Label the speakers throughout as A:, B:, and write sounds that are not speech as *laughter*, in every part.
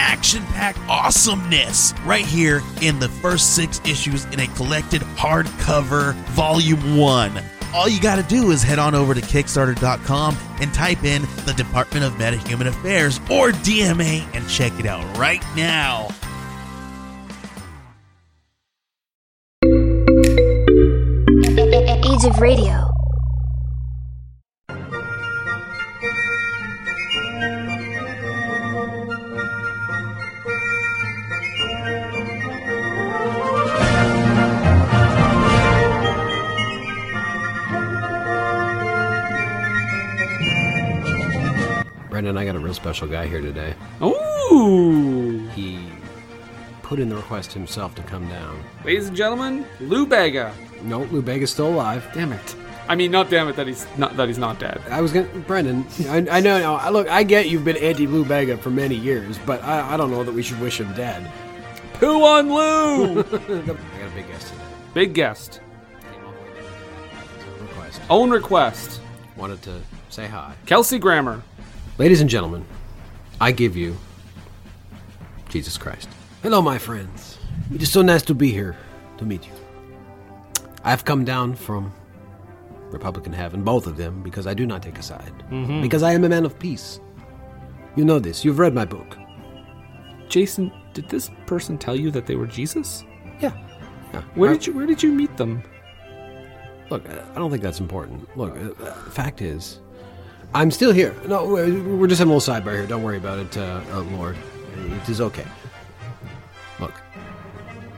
A: action packed awesomeness right here in the first six issues in a collected hardcover volume one. All you got to do is head on over to Kickstarter.com and type in the Department of Meta Human Affairs or DMA and check it out right now.
B: Age of Radio.
C: Brendan, I got a real special guy here today.
D: Ooh!
C: He put in the request himself to come down.
D: Ladies and gentlemen, Lou Bega.
C: No, Lou Bega's still alive. Damn it.
D: I mean, not damn it that he's not that he's not dead.
C: I was gonna, Brendan. I, I know. Now, I- look, I get you've been anti Lou Bega for many years, but I, I don't know that we should wish him dead.
D: Poo on *laughs* Lou!
C: I got a big guest today.
D: Big guest.
C: So, request.
D: Own request.
C: Wanted to say hi,
D: Kelsey Grammer.
C: ladies and gentlemen. I give you Jesus Christ. Hello, my friends. It is so nice to be here to meet you. I've come down from Republican heaven, both of them, because I do not take a side.
D: Mm-hmm.
C: Because I am a man of peace. You know this. You've read my book.
D: Jason, did this person tell you that they were Jesus?
C: Yeah. yeah.
D: Where
C: I-
D: did you where did you meet them?
C: Look, I I don't think that's important. Look, uh, uh, fact is, I'm still here. No, we're we're just having a little sidebar here. Don't worry about it, uh, uh, Lord. It is okay. Look,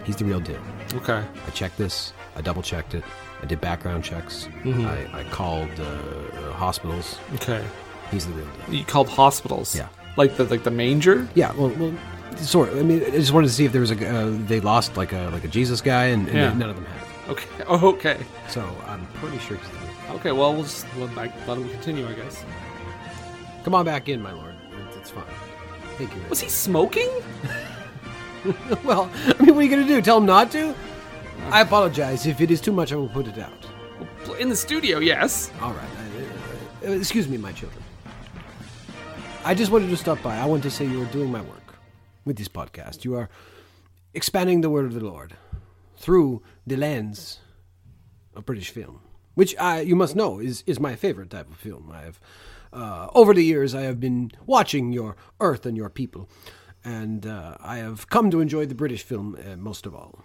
C: he's the real deal.
D: Okay.
C: I checked this. I double checked it. I did background checks. I, I called uh, uh, hospitals.
D: Okay.
C: He's the real deal.
D: You called hospitals.
C: Yeah.
D: Like the like the manger?
C: Yeah. Well, well, sort. Of. I mean, I just wanted to see if there was a. g- Uh, they lost like a like a Jesus guy, and, and
D: Yeah.
C: none of them had. it.
D: Okay. *laughs* Oh, okay.
C: So I'm pretty sure he's the real. deal.
D: Okay, well we'll just let, I- let him continue, I guess.
C: Come on back in, my lord. It's, it's fine. Thank you.
D: Was he smoking?
C: Well, *laughs* I mean, what are you going to do? Tell him not to? I apologize. If it is too much, I will put it out.
D: In the studio, yes.
C: All right. I- I- uh, excuse me, my children. I just wanted to stop by. I want to say you are doing my work with this podcast. You are expanding the word of the Lord through the lens of British film, which I, you must know is, is my favorite type of film. I have, uh, over the years, I have been watching your earth and your people, and uh, I have come to enjoy the British film uh, most of all.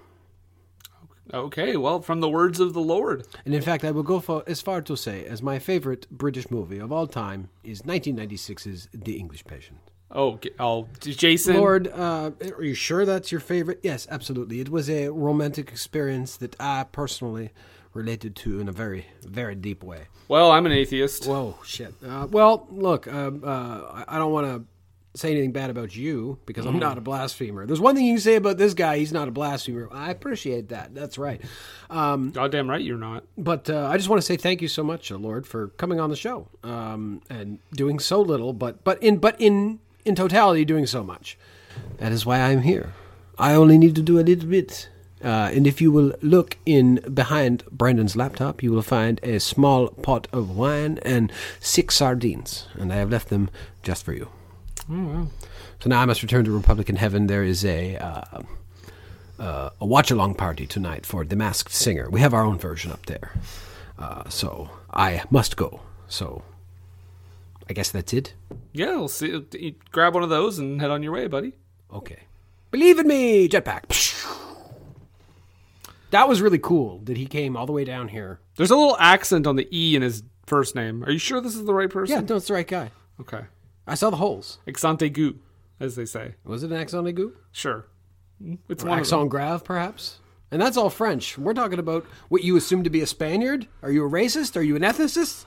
D: Okay, well, from the words of the Lord.
C: And in fact, I will go for, as far to say as my favorite British movie of all time is 1996's The English Patient.
D: Oh, g- oh, Jason.
C: Lord, uh, are you sure that's your favorite? Yes, absolutely. It was a romantic experience that I personally related to in a very, very deep way.
D: Well, I'm an atheist.
C: Whoa, shit. Uh, well, look, um, uh, I- I don't want to say anything bad about you because I'm not a blasphemer. There's one thing you can say about this guy, he's not a blasphemer. I appreciate that. That's right. Um,
D: Goddamn right you're not.
C: but uh, I just want to say thank you so much, uh, Lord, for coming on the show um, and doing so little, but but in but in in totality doing so much. That is why I'm here. I only need to do a little bit. Uh, and if you will look in behind Brandon's laptop, you will find a small pot of wine and six sardines, and I have left them just for you. So now I must return to Republican heaven. There is a uh, uh, a watch along party tonight for The Masked Singer. We have our own version up there. Uh, so I must go. So I guess that's it.
D: Yeah, we'll see. uh, you Grab one of those and head on your way, buddy.
C: Okay. Believe in me, jetpack. That was really cool that he came all the way down here.
D: There's a little accent on the E in his first name. Are you sure this is the right
C: Yeah,
D: person?
C: no, it's the right guy.
D: Okay.
C: I saw the holes.
D: Exante gu, as they say.
C: Was it an axon aigu?
D: Sure. Mm, It's
C: Or
D: one of them.
C: axon grave, perhaps? And that's all French. We're talking about what you assume to be a Spaniard. Are you a racist? Are you an ethnicist?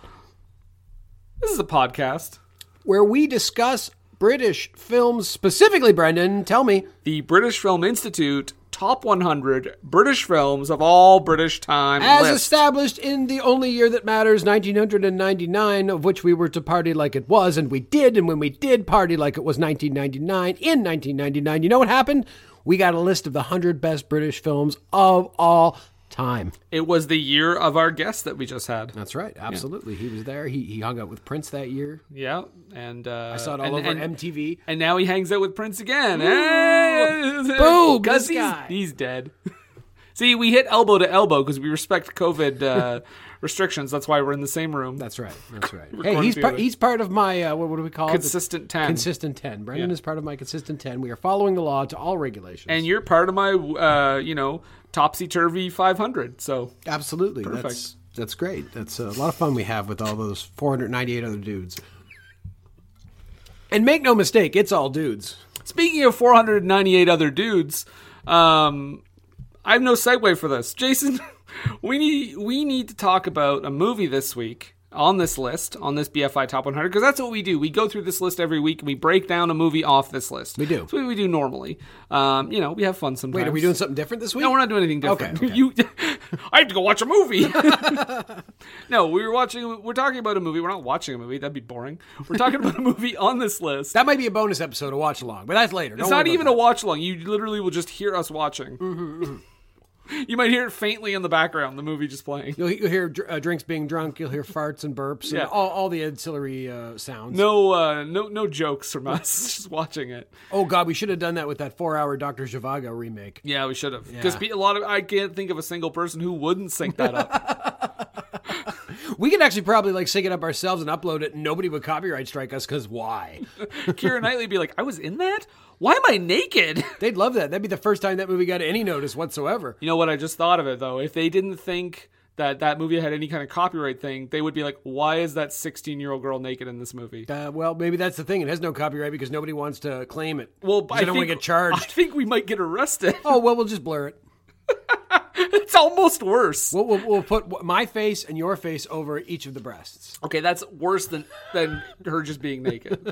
D: This is a podcast.
C: where we discuss British films specifically, Brendan. Tell me.
D: The British Film Institute top 100 British films of all British time.
C: As
D: list.
C: established in the only year that matters, 1999, of which we were to party like it was, and we did. And when we did party like it was 1999, in 1999, you know what happened? We got a list of the 100 best British films of all time.
D: It was the year of our guest that we just had.
C: That's right. Absolutely. He was there. He, he hung out with Prince that year.
D: Yeah, and uh, I
C: Saw it all over MTV.
D: And now he hangs out with Prince again. Hey!
C: Boom,
D: Because
C: this
D: he's,
C: guy.
D: he's dead. *laughs* See, we hit elbow to elbow because we respect
C: *laughs*
D: COVID uh, restrictions. That's why we're in the same room.
C: That's right. That's right. hey,
D: going
C: he's
D: to be
C: part,
D: with-
C: he's part of my uh, what, what do we call it?
D: consistent ten.
C: consistent 10. Brendan is part of my consistent 10. We are following the law to all regulations.
D: and you're part of my, uh, you know, topsy turvy 500. So
C: Absolutely. That's that's great. That's a lot of fun we have with all those 498 other dudes. And make no mistake, it's all dudes.
D: Speaking of 498 other dudes, um, I have no segue for this. Jason, *laughs* we need we need to talk about a movie this week on this list on this BFI Top 100 because that's what we do. We go through this list every week and we break down a movie off this list. We
C: do.
D: That's what we do normally. Um, you know, we have fun sometimes.
C: Wait, are we doing something different this week?
D: No, we're not doing anything different.
C: Okay, okay.
D: You, *laughs* I have to go watch a movie. *laughs* no, we were watching. We're talking about a movie. We're not watching a movie. That'd be boring. We're talking about a movie on this list.
C: That might be a bonus episode to watch along, but that's later.
D: It's not even a watch along. You literally will just hear us watching. *laughs* you might hear it faintly in the background, the movie just playing. *laughs*
C: You'll, you'll hear dr- uh, drinks being drunk. You'll hear farts and burps
D: Yeah.
C: and all, all the ancillary uh, sounds.
D: No, uh, no, no jokes from us. *laughs* just watching it.
C: Oh God, we should have done that with that four-hour Doctor Zhivago remake.
D: Yeah, we should have. Because
C: Yeah.
D: a lot of I can't think of a single person who wouldn't sync that *laughs* up.
C: We could actually probably like sync it up ourselves and upload it. and Nobody would copyright strike us because why?
D: Kira Knightley would be like, "I was in that. Why am I naked?" *laughs*
C: They'd love that. That'd be the first time that movie got any notice whatsoever.
D: You know what? I just thought of it though. If they didn't think that that movie had any kind of copyright thing, they would be like, "Why is that 16 year old girl naked in this movie?"
C: Uh, well, maybe that's the thing. It has no copyright because nobody wants to claim it.
D: Well,
C: Because
D: I
C: they don't
D: think,
C: want to get charged.
D: I think we might get arrested. *laughs*
C: *laughs* oh well, we'll just blur it.
D: it's almost worse.
C: We'll, we'll, we'll put w- my face and your face over each of the breasts.
D: Okay, that's worse than than her just being naked.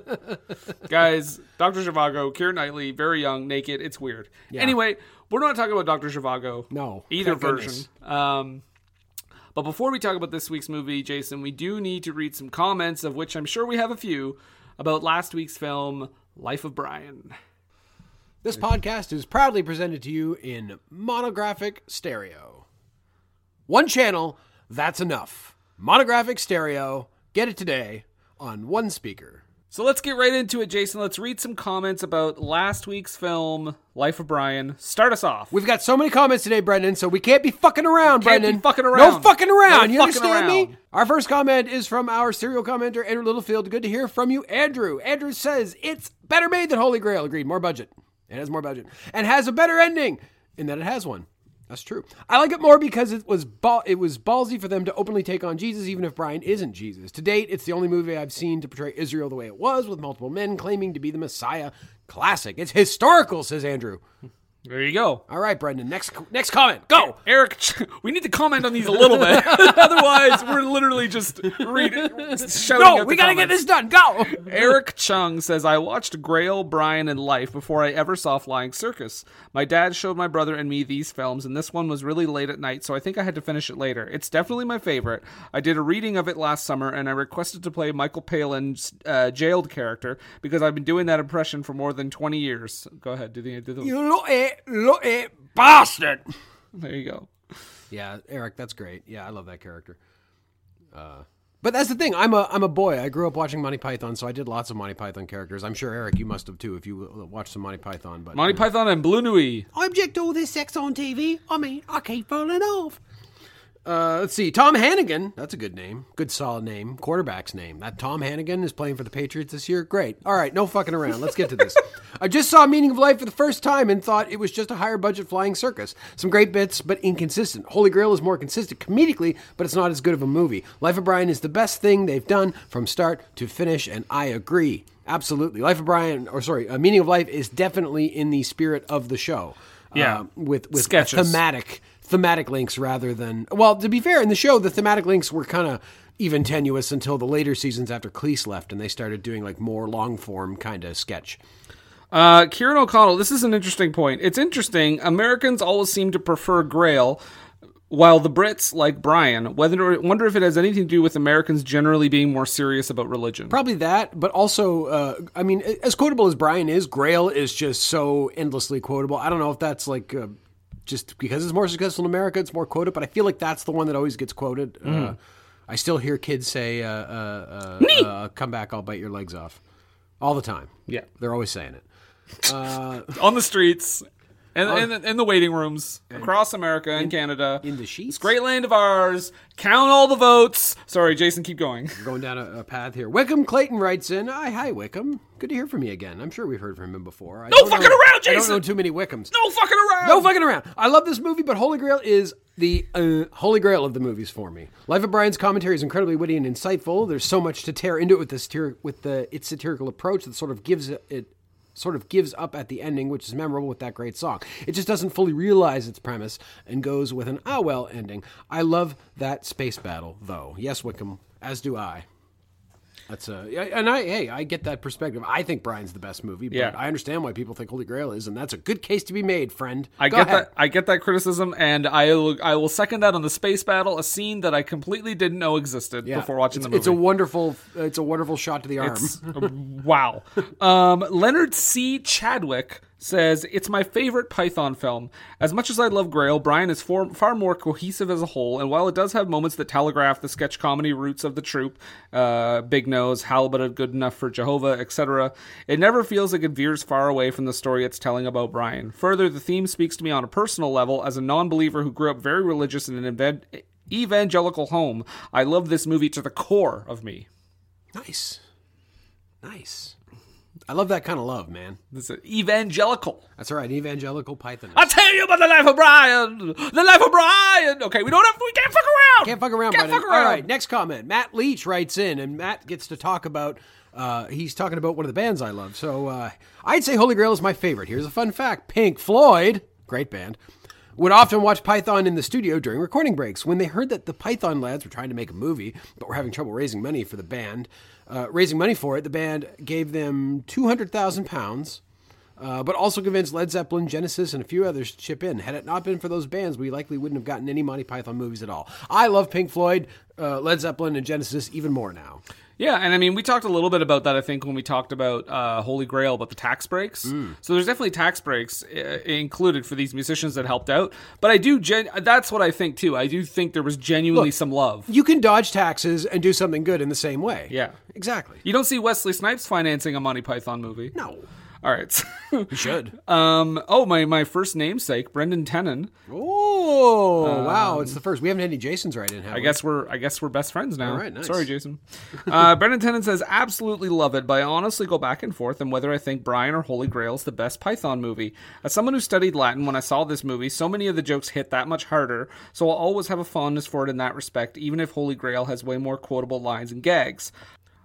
D: Guys, Dr. Zhivago, Keira Knightley, very young, naked. It's weird. Anyway, we're not talking about Dr. Zhivago.
C: No,
D: Either
C: thank
D: version.
C: goodness.
D: Um, but before we talk about this week's movie, Jason, we do need to read some comments, of which I'm sure we have a few, about last week's film, Life of Brian.
C: This podcast is proudly presented to you in monographic stereo. One channel, that's enough. Monographic stereo. Get it today on one speaker.
D: So let's get right into it, Jason. Let's read some comments about last week's film, Life of Brian. Start us off.
C: We've got so many comments today, Brendan, so we can't be fucking around,
D: can't
C: Brendan.
D: be fucking
C: No
D: around.
C: fucking around.
D: No
C: you
D: fucking
C: understand
D: around.
C: me? Our first comment is from our serial commenter, Andrew Littlefield. Good to hear from you, Andrew. Andrew says it's better made than Holy Grail. Agreed. More budget. It has more budget and has a better ending in that it has one. That's true. I like it more because it was ball- it was ballsy for them to openly take on Jesus, even if Brian isn't Jesus. To date, it's the only movie I've seen to portray Israel the way it was, with multiple men claiming to be the Messiah. Classic. It's historical, says Andrew.
D: there you go.
C: All right, Brendan. Next next comment. Go.
D: E-, Eric, *laughs* we need to comment on these a
C: *laughs*
D: little bit. *laughs* Otherwise, we're literally just reading. Shouting
C: No,
D: out
C: we
D: the
C: gotta get
D: comments.
C: this *laughs* done. Go.
D: Eric Chung says, I watched Grail, Brian, and Life before I ever saw Flying Circus. My dad showed my brother and me these films, and this one was really late at night, so I think I had to finish it later. It's definitely my favorite. I did a reading of it last summer, and I requested to play Michael Palin's uh, jailed character because I've been doing that impression for more than 20 years. Go ahead, do the. Do the
C: You look it, look it, bastard.
D: there you go.
C: Yeah, Eric, that's great. Yeah, I love that character. Uh, but that's the thing. I'm a I'm a boy. I grew up watching Monty Python, so I did lots of Monty Python characters. I'm sure Eric, you must have too, if you uh, watched some Monty Python. But
D: Monty Python and Blue Nui.
C: I object to all this sex on TV. I mean, I keep falling off. Uh, let's see. Tom Hannigan. That's a good name. Good solid name. Quarterback's name. That Tom Hannigan is playing for the Patriots this year. Great. All right, no fucking around. Let's get to this. I just saw Meaning of Life for the first time and thought it was just a higher budget flying circus. Some great bits, but inconsistent. Holy Grail is more consistent comedically, but it's not as good of a movie. Life of Brian is the best thing they've done from start to finish, and I agree. Absolutely. Life of Brian, or sorry, uh, Meaning of Life is definitely in the spirit of the show.
D: Yeah.
C: Uh, with with
D: Sketches.
C: thematic thematic thematic links rather than well to be fair in the show the thematic links were kind of even tenuous until the later seasons after Cleese left and they started doing like more long form kind of sketch
D: Uh, Kieran O'Connell, this is an interesting point. It's interesting. Americans always seem to prefer Grail, while the Brits like Brian. Whether wonder if it has anything to do with Americans generally being more serious about religion.
C: Probably that, but also, uh, I mean, as quotable as Brian is, Grail is just so endlessly quotable. I don't know if that's like uh, just because it's more successful in America, it's more quoted, but I feel like that's the one that always gets quoted. Uh,
D: Mm.
C: I still hear kids say, uh, uh, uh, uh, "Come back, I'll bite your legs off," all the time.
D: Yeah.
C: they're always saying it.
D: on the streets and in, the, in the waiting rooms across America and Canada.
C: in the sheets?
D: This great land of ours. Count all the votes. Sorry, Jason,
C: *laughs*
D: keep going.
C: We're going down a, a path here. Wickham Clayton writes in, "Hi, hi, Wickham. Good to hear from you again. I'm sure we've heard from him before. I no
D: fucking around,
C: I don't
D: Jason!
C: know too many Wickhams.
D: No fucking around.
C: No fucking around. I love this movie, but Holy Grail is the uh, Holy Grail of the movies for me. Life of Brian's commentary is incredibly witty and insightful. There's so much to tear into it with the satir- with the its satirical approach that sort of gives it. it Sort of gives up at the ending, which is memorable with that great song. It just doesn't fully realize its premise and goes with an ah well ending. I love that space battle, though. Yes, Wickham, as do I. That's a yeah, and I hey I get that perspective. I think Brian's the best movie, but
D: Yeah.
C: I understand why people think Holy Grail is, and that's a good case to be made, friend.
D: I
C: Go
D: get
C: ahead.
D: that. I get that criticism, and I will, I will second that on the space battle, a scene that I completely didn't know existed
C: Yeah.
D: before watching
C: it's,
D: the movie.
C: It's a wonderful, it's a wonderful shot to the arm.
D: It's- uh, wow. Um, Leonard C. Chadwick says it's my favorite Python film. As much as I love Grail, Brian is for, far more cohesive as a whole, and while it does have moments that telegraph the sketch comedy roots of the troupe, uh, Big Nose, Halibut, Good Enough for Jehovah, etc., it never feels like it veers far away from the story it's telling about Brian. Further, the theme speaks to me on a personal level as a non-believer who grew up very religious in an evan- evangelical home. I love this movie to the core of me.
C: Nice, nice. I love that kind of love, man.
D: This is evangelical.
C: That's all right. Evangelical Python.
D: I'll tell you about the life of Brian. The life of Brian. Okay, we don't have. We can't fuck around.
C: Can't fuck around,
D: Can't
C: buddy.
D: fuck around.
C: All right, next comment. Matt Leach writes in, and Matt gets to talk about. Uh, he's talking about one of the bands I love. So uh, I'd say Holy Grail is my favorite. Here's a fun fact: Pink Floyd, great band, would often watch Python in the studio during recording breaks. When they heard that the Python lads were trying to make a movie, but were having trouble raising money for the band, uh, raising money for it, the band gave them two hundred thousand pounds uh, but also convinced Led Zeppelin, Genesis, and a few others to chip in. Had it not been for those bands, we likely wouldn't have gotten any Monty Python movies at all. I love Pink Floyd, uh, Led Zeppelin, and Genesis even more now.
D: Yeah, and I mean, we talked a little bit about that. I think when we talked about uh, Holy Grail, about the tax breaks.
C: Mm.
D: So there's definitely tax breaks uh, included for these musicians that helped out. But I do. Gen- that's what I think too. I do think there was genuinely some love.
C: You can dodge taxes and do something good in the same way.
D: Yeah.
C: exactly.
D: You don't see Wesley Snipes financing a Monty Python movie.
C: No,
D: All right. *laughs* so-
C: you should.
D: um. Oh my. My first namesake, Brendan Tennant.
C: oh wow, it's the first. We haven't had any Jasons right in. Have
D: um, I guess we're I guess we're best friends now.
C: All right, nice.
D: Sorry, Jason. *laughs* Uh, Brendan Tennant says absolutely love it, but I honestly go back and forth on whether I think Brian or Holy Grail is the best Python movie. As someone who studied Latin, when I saw this movie, so many of the jokes hit that much harder. So I'll always have a fondness for it in that respect, even if Holy Grail has way more quotable lines and gags.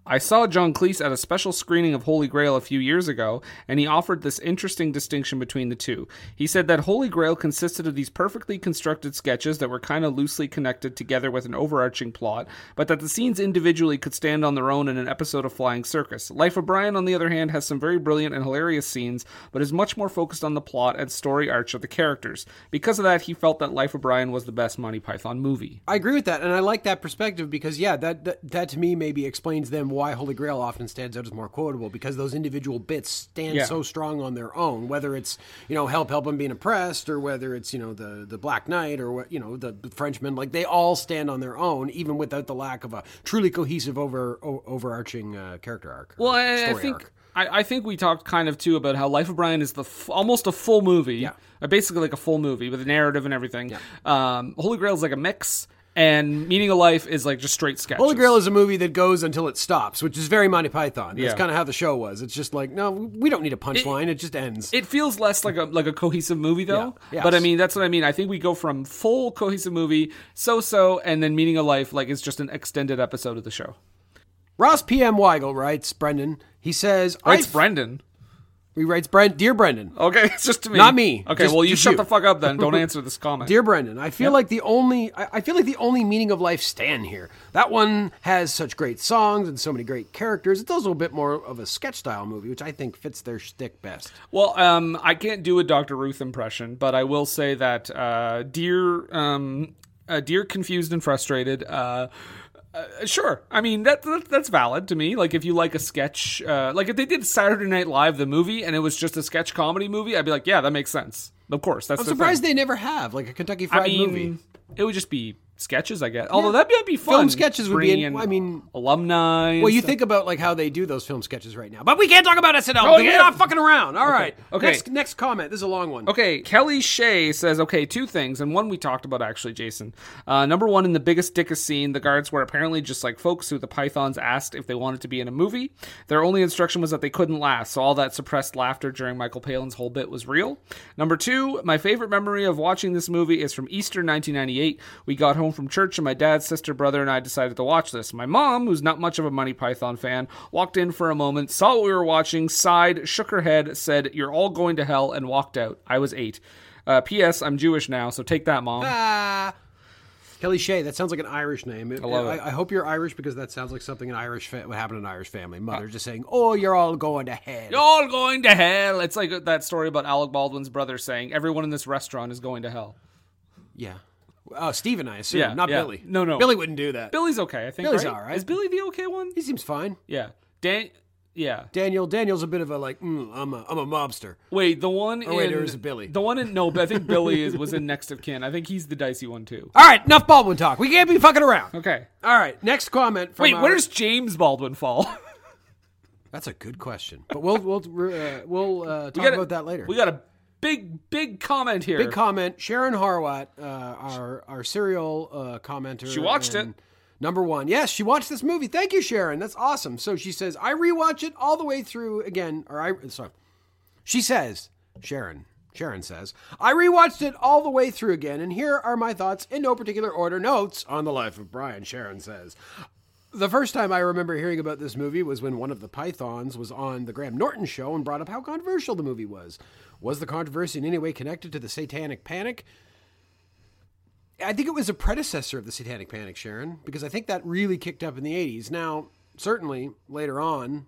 D: I saw John Cleese at a special screening of Holy Grail a few years ago, and he offered this interesting distinction between the two. He said that Holy Grail consisted of these perfectly constructed sketches that were kind of loosely connected together with an overarching plot, but that the scenes individually could stand on their own in an episode of Flying Circus. Life of Brian, on the other hand, has some very brilliant and hilarious scenes, but is much more focused on the plot and story arch of the characters. Because of that, he felt that Life of Brian was the best Monty Python movie.
C: I agree with that, and I like that perspective because yeah, that, that that to me maybe explains then why Holy Grail often stands out as more quotable because those individual bits stand
D: Yeah.
C: so strong on their own. Whether it's you know help help them being oppressed, or whether it's you know the the Black Knight, or what you know the Frenchman, like they all stand on their own even without the lack of a truly cohesive over o- overarching uh, character arc. or
D: Well, I, I
C: story
D: think
C: arc.
D: I, I think we talked kind of too about how Life of Brian is the f- almost a full movie, yeah, basically like a full movie with a narrative and everything. Um, Holy Grail is like a mix, and Meaning of Life is like just straight sketches.
C: Holy Grail is a movie that goes until it stops, which is very Monty Python. That's
D: Yeah.
C: kind of how the show was. It's just like, no, we don't need a punchline. It, just ends.
D: It feels less like a like a cohesive movie though.
C: Yeah.
D: But I
C: Yes.
D: mean that's what I mean. I think we go from full cohesive movie, so so, and then Meaning of Life like it's just an extended episode of the show.
C: Ross P.M. Weigel writes, Brendan, he says,
D: Right, it's
C: I,
D: Brendan.
C: Rewrites Brent. Dear Brendan.
D: Okay, *laughs* it's just to me.
C: Not me.
D: Okay,
C: Just-
D: well, you
C: just
D: shut
C: you.
D: the fuck up then.
C: *laughs*
D: Don't answer this comment.
C: Dear Brendan, I feel like the only I I feel like the only meaning of life stand here. That one has such great songs and so many great characters. It's also a bit more of a sketch style movie, which I think fits their shtick best.
D: Well, um, I can't do a Dr. Ruth impression, but I will say that uh, dear, um, uh, dear, confused and frustrated. Uh, uh, sure, I mean that, that that's valid to me. Like if you like a sketch, uh, like if they did Saturday Night Live the movie and it was just a sketch comedy movie, I'd be like, yeah, that makes sense. Of course, that's
C: I'm surprised they never have like a Kentucky Fried
D: I mean,
C: movie.
D: it would just be sketches, I guess. Although that might be fun.
C: Film sketches would be
D: bringing
C: in-
D: in
C: I mean-
D: alumni. and
C: Well, you
D: stuff.
C: think about like how they do those film sketches right now, but we can't talk about SNL.
D: Oh,
C: We're
D: yeah.
C: not fucking around. All right.
D: Okay.
C: Next, next comment. This is a long one.
D: Okay, Kelly Shea says, okay, two things, and one we talked about actually, Jason. Uh, number one, in the biggest dickest scene, the guards were apparently just like folks who the Pythons asked if they wanted to be in a movie. Their only instruction was that they couldn't laugh, so all that suppressed laughter during Michael Palin's whole bit was real. Number two, my favorite memory of watching this movie is from Easter 1998. We got home from church, and my dad, sister, brother, and I decided to watch this. My mom, who's not much of a Money Python fan, walked in for a moment, saw what we were watching, sighed, shook her head, said, You're all going to hell, and walked out. I was eight. Uh, P.S. I'm Jewish now, so take that, mom.
C: Ah. Kelly Shea, that sounds like an Irish name. I
D: love
C: I,
D: it.
C: hope you're Irish because that sounds like something an Irish fa- would happen in an Irish family. Mother just saying, "Oh, you're all going to hell."
D: You're all going to hell. It's like that story about Alec Baldwin's brother saying, Everyone in this restaurant is going to hell.
C: Yeah. Oh, Steven, I assume.
D: Yeah,
C: not
D: yeah.
C: Billy.
D: No, no.
C: Billy wouldn't do that.
D: Billy's okay, I think.
C: Billy's
D: right?
C: all right.
D: Is Billy the okay one?
C: he seems fine.
D: Yeah. Dan. Yeah.
C: Daniel. Daniel's a bit of a like. Mm, I'm a. I'm a mobster.
D: Wait, the one
C: wait,
D: in
C: there was a Billy.
D: The one in no, but I think
C: *laughs*
D: Billy is was in next of kin. I think he's the dicey one too.
C: All right, enough Baldwin talk. We can't be fucking around.
D: Okay.
C: All right, next comment. From
D: Wait,
C: our-
D: where does James Baldwin fall? *laughs*
C: That's a good question. But we'll we'll uh, we'll uh, talk
D: We got a-
C: about that later.
D: We got a big, big comment here.
C: Big comment. Sharon Harwat, uh, our our serial uh, commenter.
D: She watched
C: and
D: it.
C: Number one. Yes, she watched this movie. Thank you, Sharon. That's awesome. So she says, I rewatch it all the way through again. Or I sorry. She says, Sharon. Sharon says, I rewatched it all the way through again, and here are my thoughts in no particular order. Notes on the life of Brian, Sharon says. The first time I remember hearing about this movie was when one of the Pythons was on the Graham Norton show and brought up how controversial the movie was. Was the controversy in any way connected to the Satanic Panic? I think it was a predecessor of the Satanic Panic, Sharon, because I think that really kicked up in the 80s. Now, certainly later on,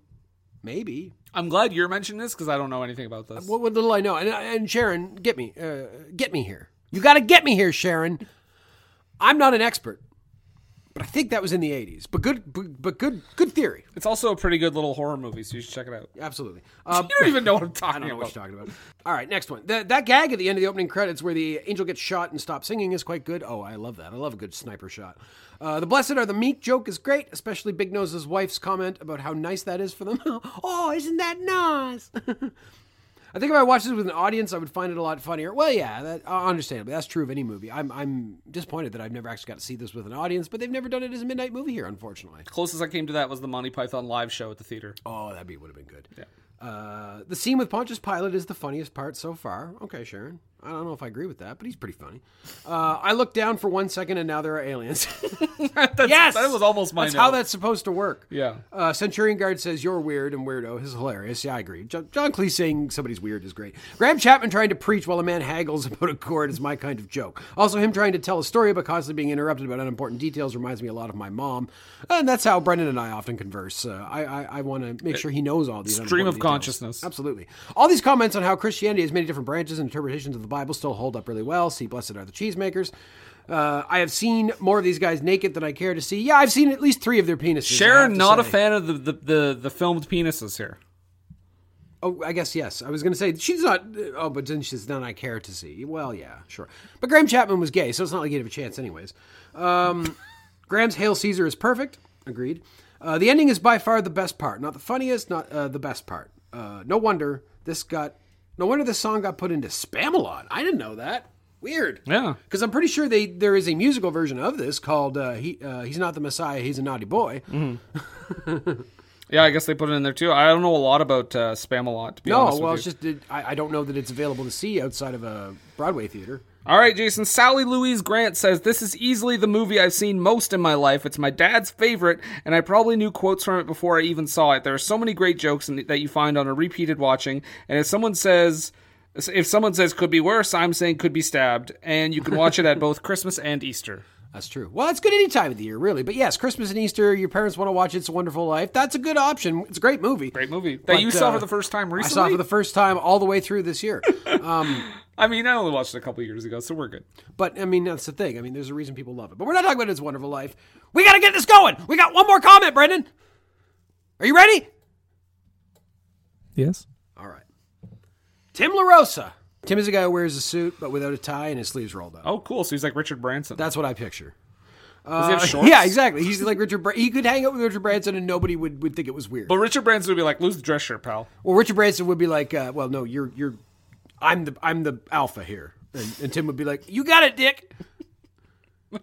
C: maybe.
D: I'm glad you're mentioning this because I don't know anything about this.
C: What, what little I know. And, and Sharon, get me. Uh, get me here. You got to get me here, Sharon. I'm not an expert, but I think that was in the 80s. But good, but, but good, good theory.
D: It's also a pretty good little horror movie, so you should check it out.
C: Absolutely. Uh,
D: You don't even know what I'm
C: *laughs*
D: talking
C: I don't know
D: about.
C: what you're talking about. All right, next one. That that gag at the end of the opening credits where the angel gets shot and stops singing is quite good. Oh, I love that. I love a good sniper shot. Uh, the blessed are the meek joke is great, especially Big Nose's wife's comment about how nice that is for them. *laughs* oh, isn't that nice? *laughs* I think if I watched this with an audience, I would find it a lot funnier. Well, yeah, that, uh, understandably, that's true of any movie. I'm I'm disappointed that I've never actually got to see this with an audience, but they've never done it as a midnight movie here, unfortunately.
D: Closest I came to that was the Monty Python live show at the theater.
C: Oh, that be would have been good. Uh, the scene with Pontius Pilate is the funniest part so far. Okay, Sharon. I don't know if I agree with that, but he's pretty funny. Uh, I looked down for one second, and now there are aliens.
D: *laughs*
C: *laughs*
D: That's-
C: yes,
D: that was almost my
C: That's
D: note.
C: how that's supposed to work.
D: Yeah.
C: Uh, Centurion Guard says you're weird and weirdo. This is hilarious. Yeah, I agree. John, John Cleese saying somebody's weird is great. Graham Chapman trying to preach while a man haggles *laughs* about a cord is my kind of joke. Also, him trying to tell a story but constantly being interrupted about unimportant details reminds me a lot of my mom, and that's how Brendan and I often converse. Uh, I I, I want to make sure he knows all these
D: Stream of
C: unimportant details.
D: consciousness.
C: Absolutely. All these comments on how Christianity has many different branches and interpretations of the Bible still hold up really well. See, blessed are the cheesemakers. Uh, I have seen more of these guys naked than I care to see. Yeah, I've seen at least three of their penises. I have
D: Sharon,
C: to
D: not a
C: say.
D: fan of the, the, the, the filmed penises here.
C: Oh, I guess yes. I was going to say she's not. Oh, but then she's none I care to see. Well, yeah, sure. But Graham Chapman was gay, so it's not like he'd have a chance, anyways. Um, *laughs* Graham's "Hail Caesar" is perfect. Agreed. Uh, the ending is by far the best part, not the funniest, not uh, the best part. Uh, no wonder this got. No wonder this song got put into Spamalot. I didn't know that. Weird.
D: Yeah.
C: Because I'm pretty sure they there is a musical version of this called uh, "He uh, He's Not the Messiah, He's a Naughty Boy."
D: Yeah, I guess they put it in there too. I don't know a lot about uh, Spam a lot. To be
C: No,
D: honest
C: Oh, well, it's
D: with you.
C: just it, I, I don't know that it's available to see outside of a Broadway theater.
D: All right, Jason. Sally Louise Grant says this is easily the movie I've seen most in my life. It's my dad's favorite, and I probably knew quotes from it before I even saw it. There are so many great jokes in, that you find on a repeated watching, and if someone says. If someone says could be worse, I'm saying could be stabbed, and you can watch it at both Christmas and Easter.
C: That's true. Well, it's good any time of the year, really. But yes, Christmas and Easter, your parents want to watch It's a Wonderful Life. That's a good option. It's a great movie.
D: Great movie that you
C: But,
D: saw
C: uh,
D: for the first time
C: I
D: recently.
C: saw it for the first time all the way through this year. *laughs*
D: I mean, I only watched it a couple years ago, so we're good.
C: But I mean, that's the thing. I mean, there's a reason people love it. But we're not talking about It's a Wonderful Life. We got to get this going. We got one more comment, Brendan. Are you ready?
D: Yes.
C: All right. Tim LaRosa. Tim is a guy who wears a suit, but without a tie and his sleeves rolled up.
D: Oh, cool. So he's like Richard Branson.
C: That's what I picture.
D: Does he have shorts?
C: Uh, Yeah, exactly. He's like Richard. Bra- he could hang out with Richard Branson, and nobody would, would think it was weird.
D: But Richard Branson would be like, lose the dress shirt, pal.
C: well, Richard Branson would be like, uh, "Well, no, you're you're, I'm the I'm the alpha here," and, and Tim would be like, "You got it, Dick."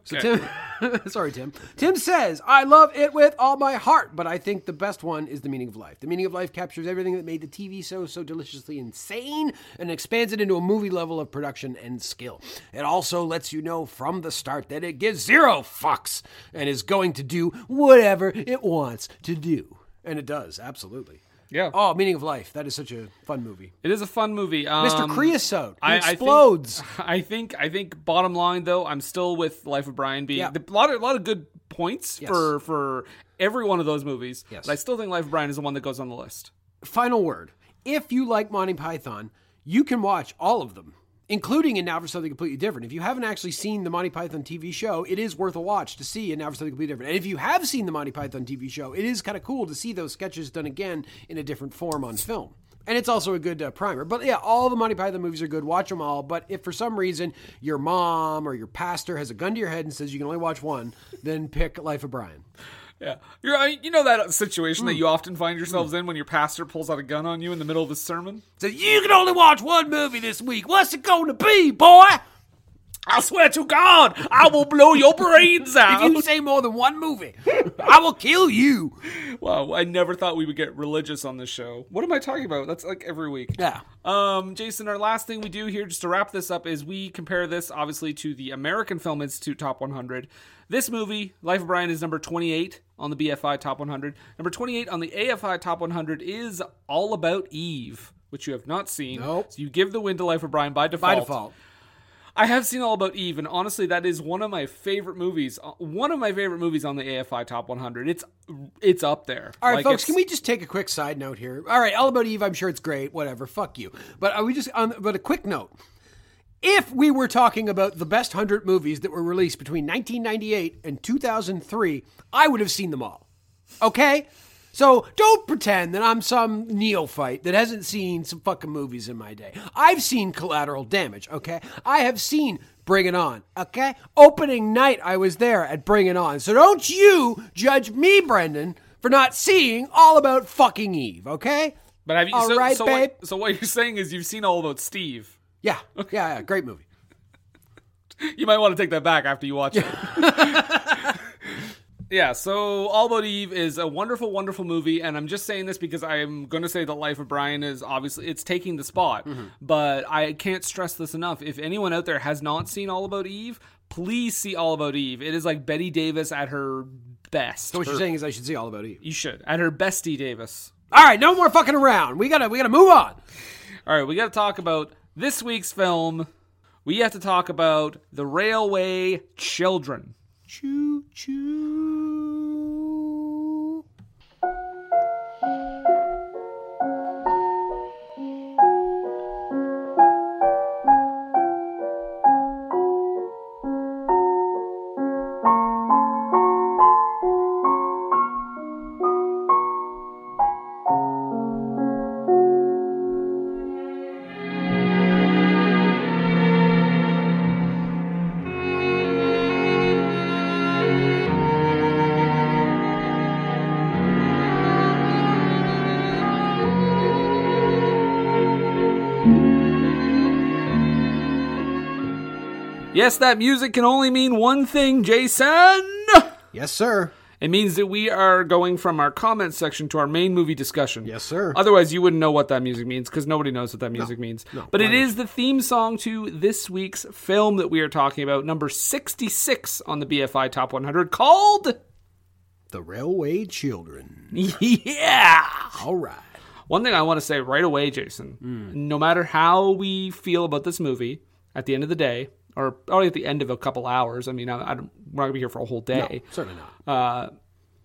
C: So Tim, *laughs* sorry, Tim. Tim says, "I love it with all my heart, but I think the best one is the meaning of life. The meaning of life captures everything that made the TV show so deliciously insane and expands it into a movie level of production and skill. It also lets you know from the start that it gives zero fucks and is going to do whatever it wants to do, and it does absolutely."
D: Yeah.
C: Oh, Meaning of Life. That is such a fun movie.
D: It is a fun movie.
C: Mr.
D: Um,
C: Creosote. He
D: I- I think-
C: explodes.
D: I think, I think. Bottom line, though, I'm still with Life of Brian being
C: Yeah.
D: the, a lot of lot of good points for for every one of those movies.
C: Yes.
D: But I still think Life of Brian is the one that goes on the list.
C: Final word. If you like Monty Python, you can watch all of them, including in Now for Something Completely Different. If you haven't actually seen the Monty Python TV show, it is worth a watch to see in Now for Something Completely Different. And if you have seen the Monty Python TV show, it is kind of cool to see those sketches done again in a different form on film. And it's also a good uh, primer. But yeah, all the Monty Python movies are good. Watch them all. But if for some reason your mom or your pastor has a gun to your head and says you can only watch one, then pick Life of Brian.
D: Yeah, You're, I, you know that situation that you often find yourselves in when your pastor pulls out a gun on you in the middle of the sermon.
C: So you can only watch one movie this week. What's it going to be, boy?
D: I swear to God, I will blow your *laughs* brains out.
C: If you say more than one movie, I will kill you.
D: Wow, I never thought we would get religious on this show. What am I talking about? That's like every week.
C: Yeah.
D: Um, Jason, our last thing we do here, just to wrap this up, is we compare this obviously to the American Film Institute Top 100. This movie, Life of Brian, is number 28 on the BFI Top 100. Number 28 on the AFI Top 100 is All About Eve, which you have not seen.
C: Nope.
D: So you give the win to Life of Brian by default.
C: By default.
D: I have seen All About Eve, and honestly, that is one of my favorite movies. uh, One of my favorite movies on the AFI Top 100. It's it's up there.
C: All right,
D: Like,
C: folks,
D: it's-
C: can we just take a quick side note here? All right, All About Eve, I'm sure it's great, whatever, fuck you. But are we just on but a quick note. If we were talking about the best 100 movies that were released between 1998 and 2003, I would have seen them all. Okay? So don't pretend that I'm some neophyte that hasn't seen some fucking movies in my day. I've seen collateral damage, okay? I have seen Bring It On, okay? Opening night, I was there at Bring It On. So don't you judge me, Brendan, for not seeing all about fucking Eve, okay?
D: But have you?
C: All
D: so,
C: right,
D: so
C: babe.
D: What, so what you're saying is you've seen all about Steve.
C: Yeah,
D: *laughs*
C: yeah, yeah, great movie.
D: You might want to take that back after you watch it. yeah. So All About Eve is a wonderful, wonderful movie, and I'm just saying this because I'm going to say that Life of Brian is obviously it's taking the spot, but I can't stress this enough. If anyone out there has not seen All About Eve, please see All About Eve. It is like Betty Davis at her best.
C: So what
D: Her-
C: you're saying is I should see all about Eve.
D: you should at her bestie Davis.
C: All right, no more fucking around. We gotta, we gotta move on.
D: All right, we got to talk about this week's film. We have to talk about The Railway Children.
C: Choo choo.
D: Yes, that music can only mean one thing, Jason.
C: Yes, sir.
D: It means that we are going from our comment section to our main movie discussion.
C: Yes, sir.
D: Otherwise, you wouldn't know what that music means because nobody knows what that music means. but it is the theme song to this week's film that we are talking about, number 66 on the BFI Top 100, called. *laughs*
C: The Railway Children.
D: yeah!
C: All right.
D: One thing I want to say right away, Jason,
C: Hmm.
D: no matter how we feel about this movie, at the end of the day, or probably at the end of a couple hours, I mean, I, I don't, we're not going to be here for a whole day.
C: Certainly not.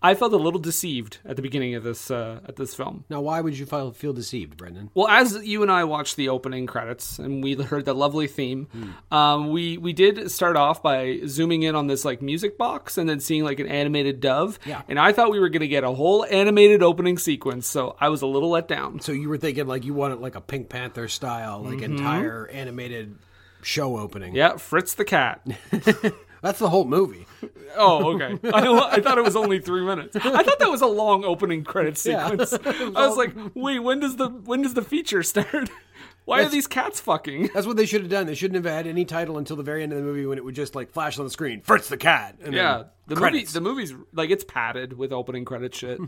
D: I felt a little deceived at the beginning of this uh, at this film.
C: now, why would you feel, feel deceived, Brendan?
D: Well, as you and I watched the opening credits and we heard that lovely theme, um, we we did start off by zooming in on this like music box and then seeing like an animated dove.
C: Yeah.
D: And I thought we were going to get a whole animated opening sequence, so I was a little let down.
C: So you were thinking like you wanted like a Pink Panther style, like entire animated show opening.
D: Mm-hmm. Yeah, Fritz the cat.
C: That's the whole movie.
D: Oh, okay. I, I thought it was only three minutes. I thought that was a long opening credit sequence. I was like, wait, when does the when does the feature start? *laughs* Why are these cats fucking?
C: That's what they should have done. They shouldn't have had any title until the very end of the movie when it would just like flash on the screen. Fritz the cat. And
D: Yeah, the
C: Then
D: movie,
C: credits.
D: the movie's like it's padded with opening credit shit.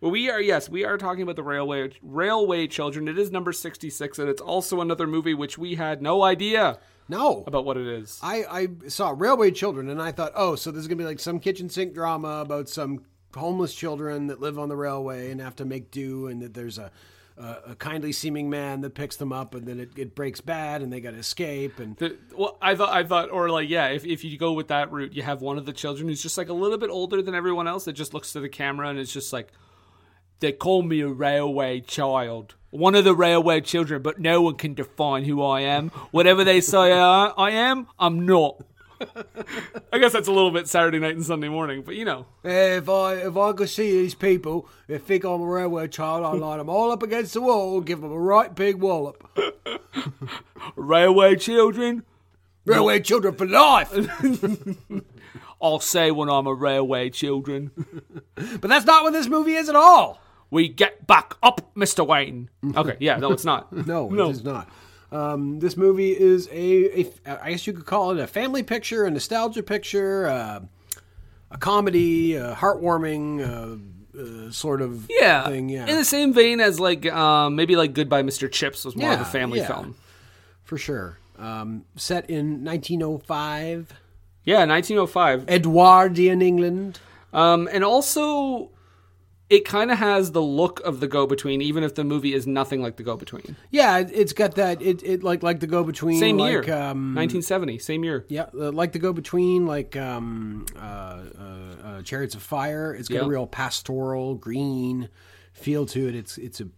D: well, we are yes, we are talking about the railway railway children. It is number sixty six, and it's also another movie which we had no idea
C: no.
D: about what it is.
C: I, I saw Railway Children and I thought, oh, so this is gonna be like some kitchen sink drama about some homeless children that live on the railway and have to make do, and that there's a a, a kindly seeming man that picks them up, and then it, it breaks bad, and they got to escape, and
D: The- well, I thought, I thought, or like, yeah, if, if you go with that route, you have one of the children who's just like a little bit older than everyone else that just looks to the camera and is just like, they call me a railway child, one of the railway children, but no one can define who I am. Whatever they say I, I am, I'm not. I guess that's a little bit Saturday night and Sunday morning, but you know,
C: "Eh, if I if I could see these people that think I'm a railway child, I'd line them all up against the wall, give them a right big wallop.
D: railway children,
C: Railway children for life.
D: I'll say when I'm a railway children.
C: But that's not what this movie is at all.
D: We get back up, Mr. Wayne. Okay, yeah, no, it's not.
C: *laughs* No, it is not. Um, this movie is a, a, I guess you could call it a family picture, a nostalgia picture, uh, a comedy, a heartwarming uh, uh, sort of
D: yeah.
C: thing. Yeah,
D: In the same vein as like um, maybe like Goodbye Mr. Chips was more of a
C: Yeah,
D: family
C: yeah.
D: film.
C: for sure. Um, set in 1905,
D: Yeah, 1905.
C: Edwardian England.
D: Um, and also it kind of has the look of the go between even if the movie is nothing like the go between.
C: Yeah, it, it's got that. It, it like like the go between.
D: Same year.
C: like, Um,
D: 1970, same year.
C: yeah, uh, like the go between, like um, uh, uh, uh, Chariots of Fire. It's got
D: Yeah.
C: a real pastoral green feel to it. It's it's a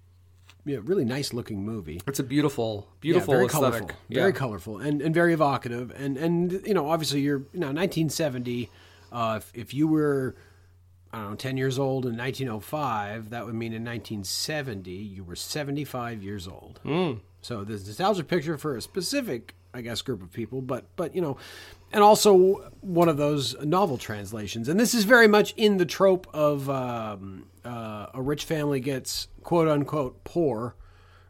C: yeah, really nice looking movie.
D: It's a beautiful,
C: Yeah,
D: beautiful
C: very
D: aesthetic.
C: colorful, very colorful, and, and very evocative. And and you know, obviously, you're you know, 1970. Uh, if, if you were, I don't know, 10 years old in 1905, that would mean in 1970 you were 75 years old.
D: Hmm.
C: Mm. So this nostalgia picture for a specific, I guess, group of people. But but you know, and also one of those novel translations. And this is very much in the trope of um, uh, a rich family gets quote unquote poor.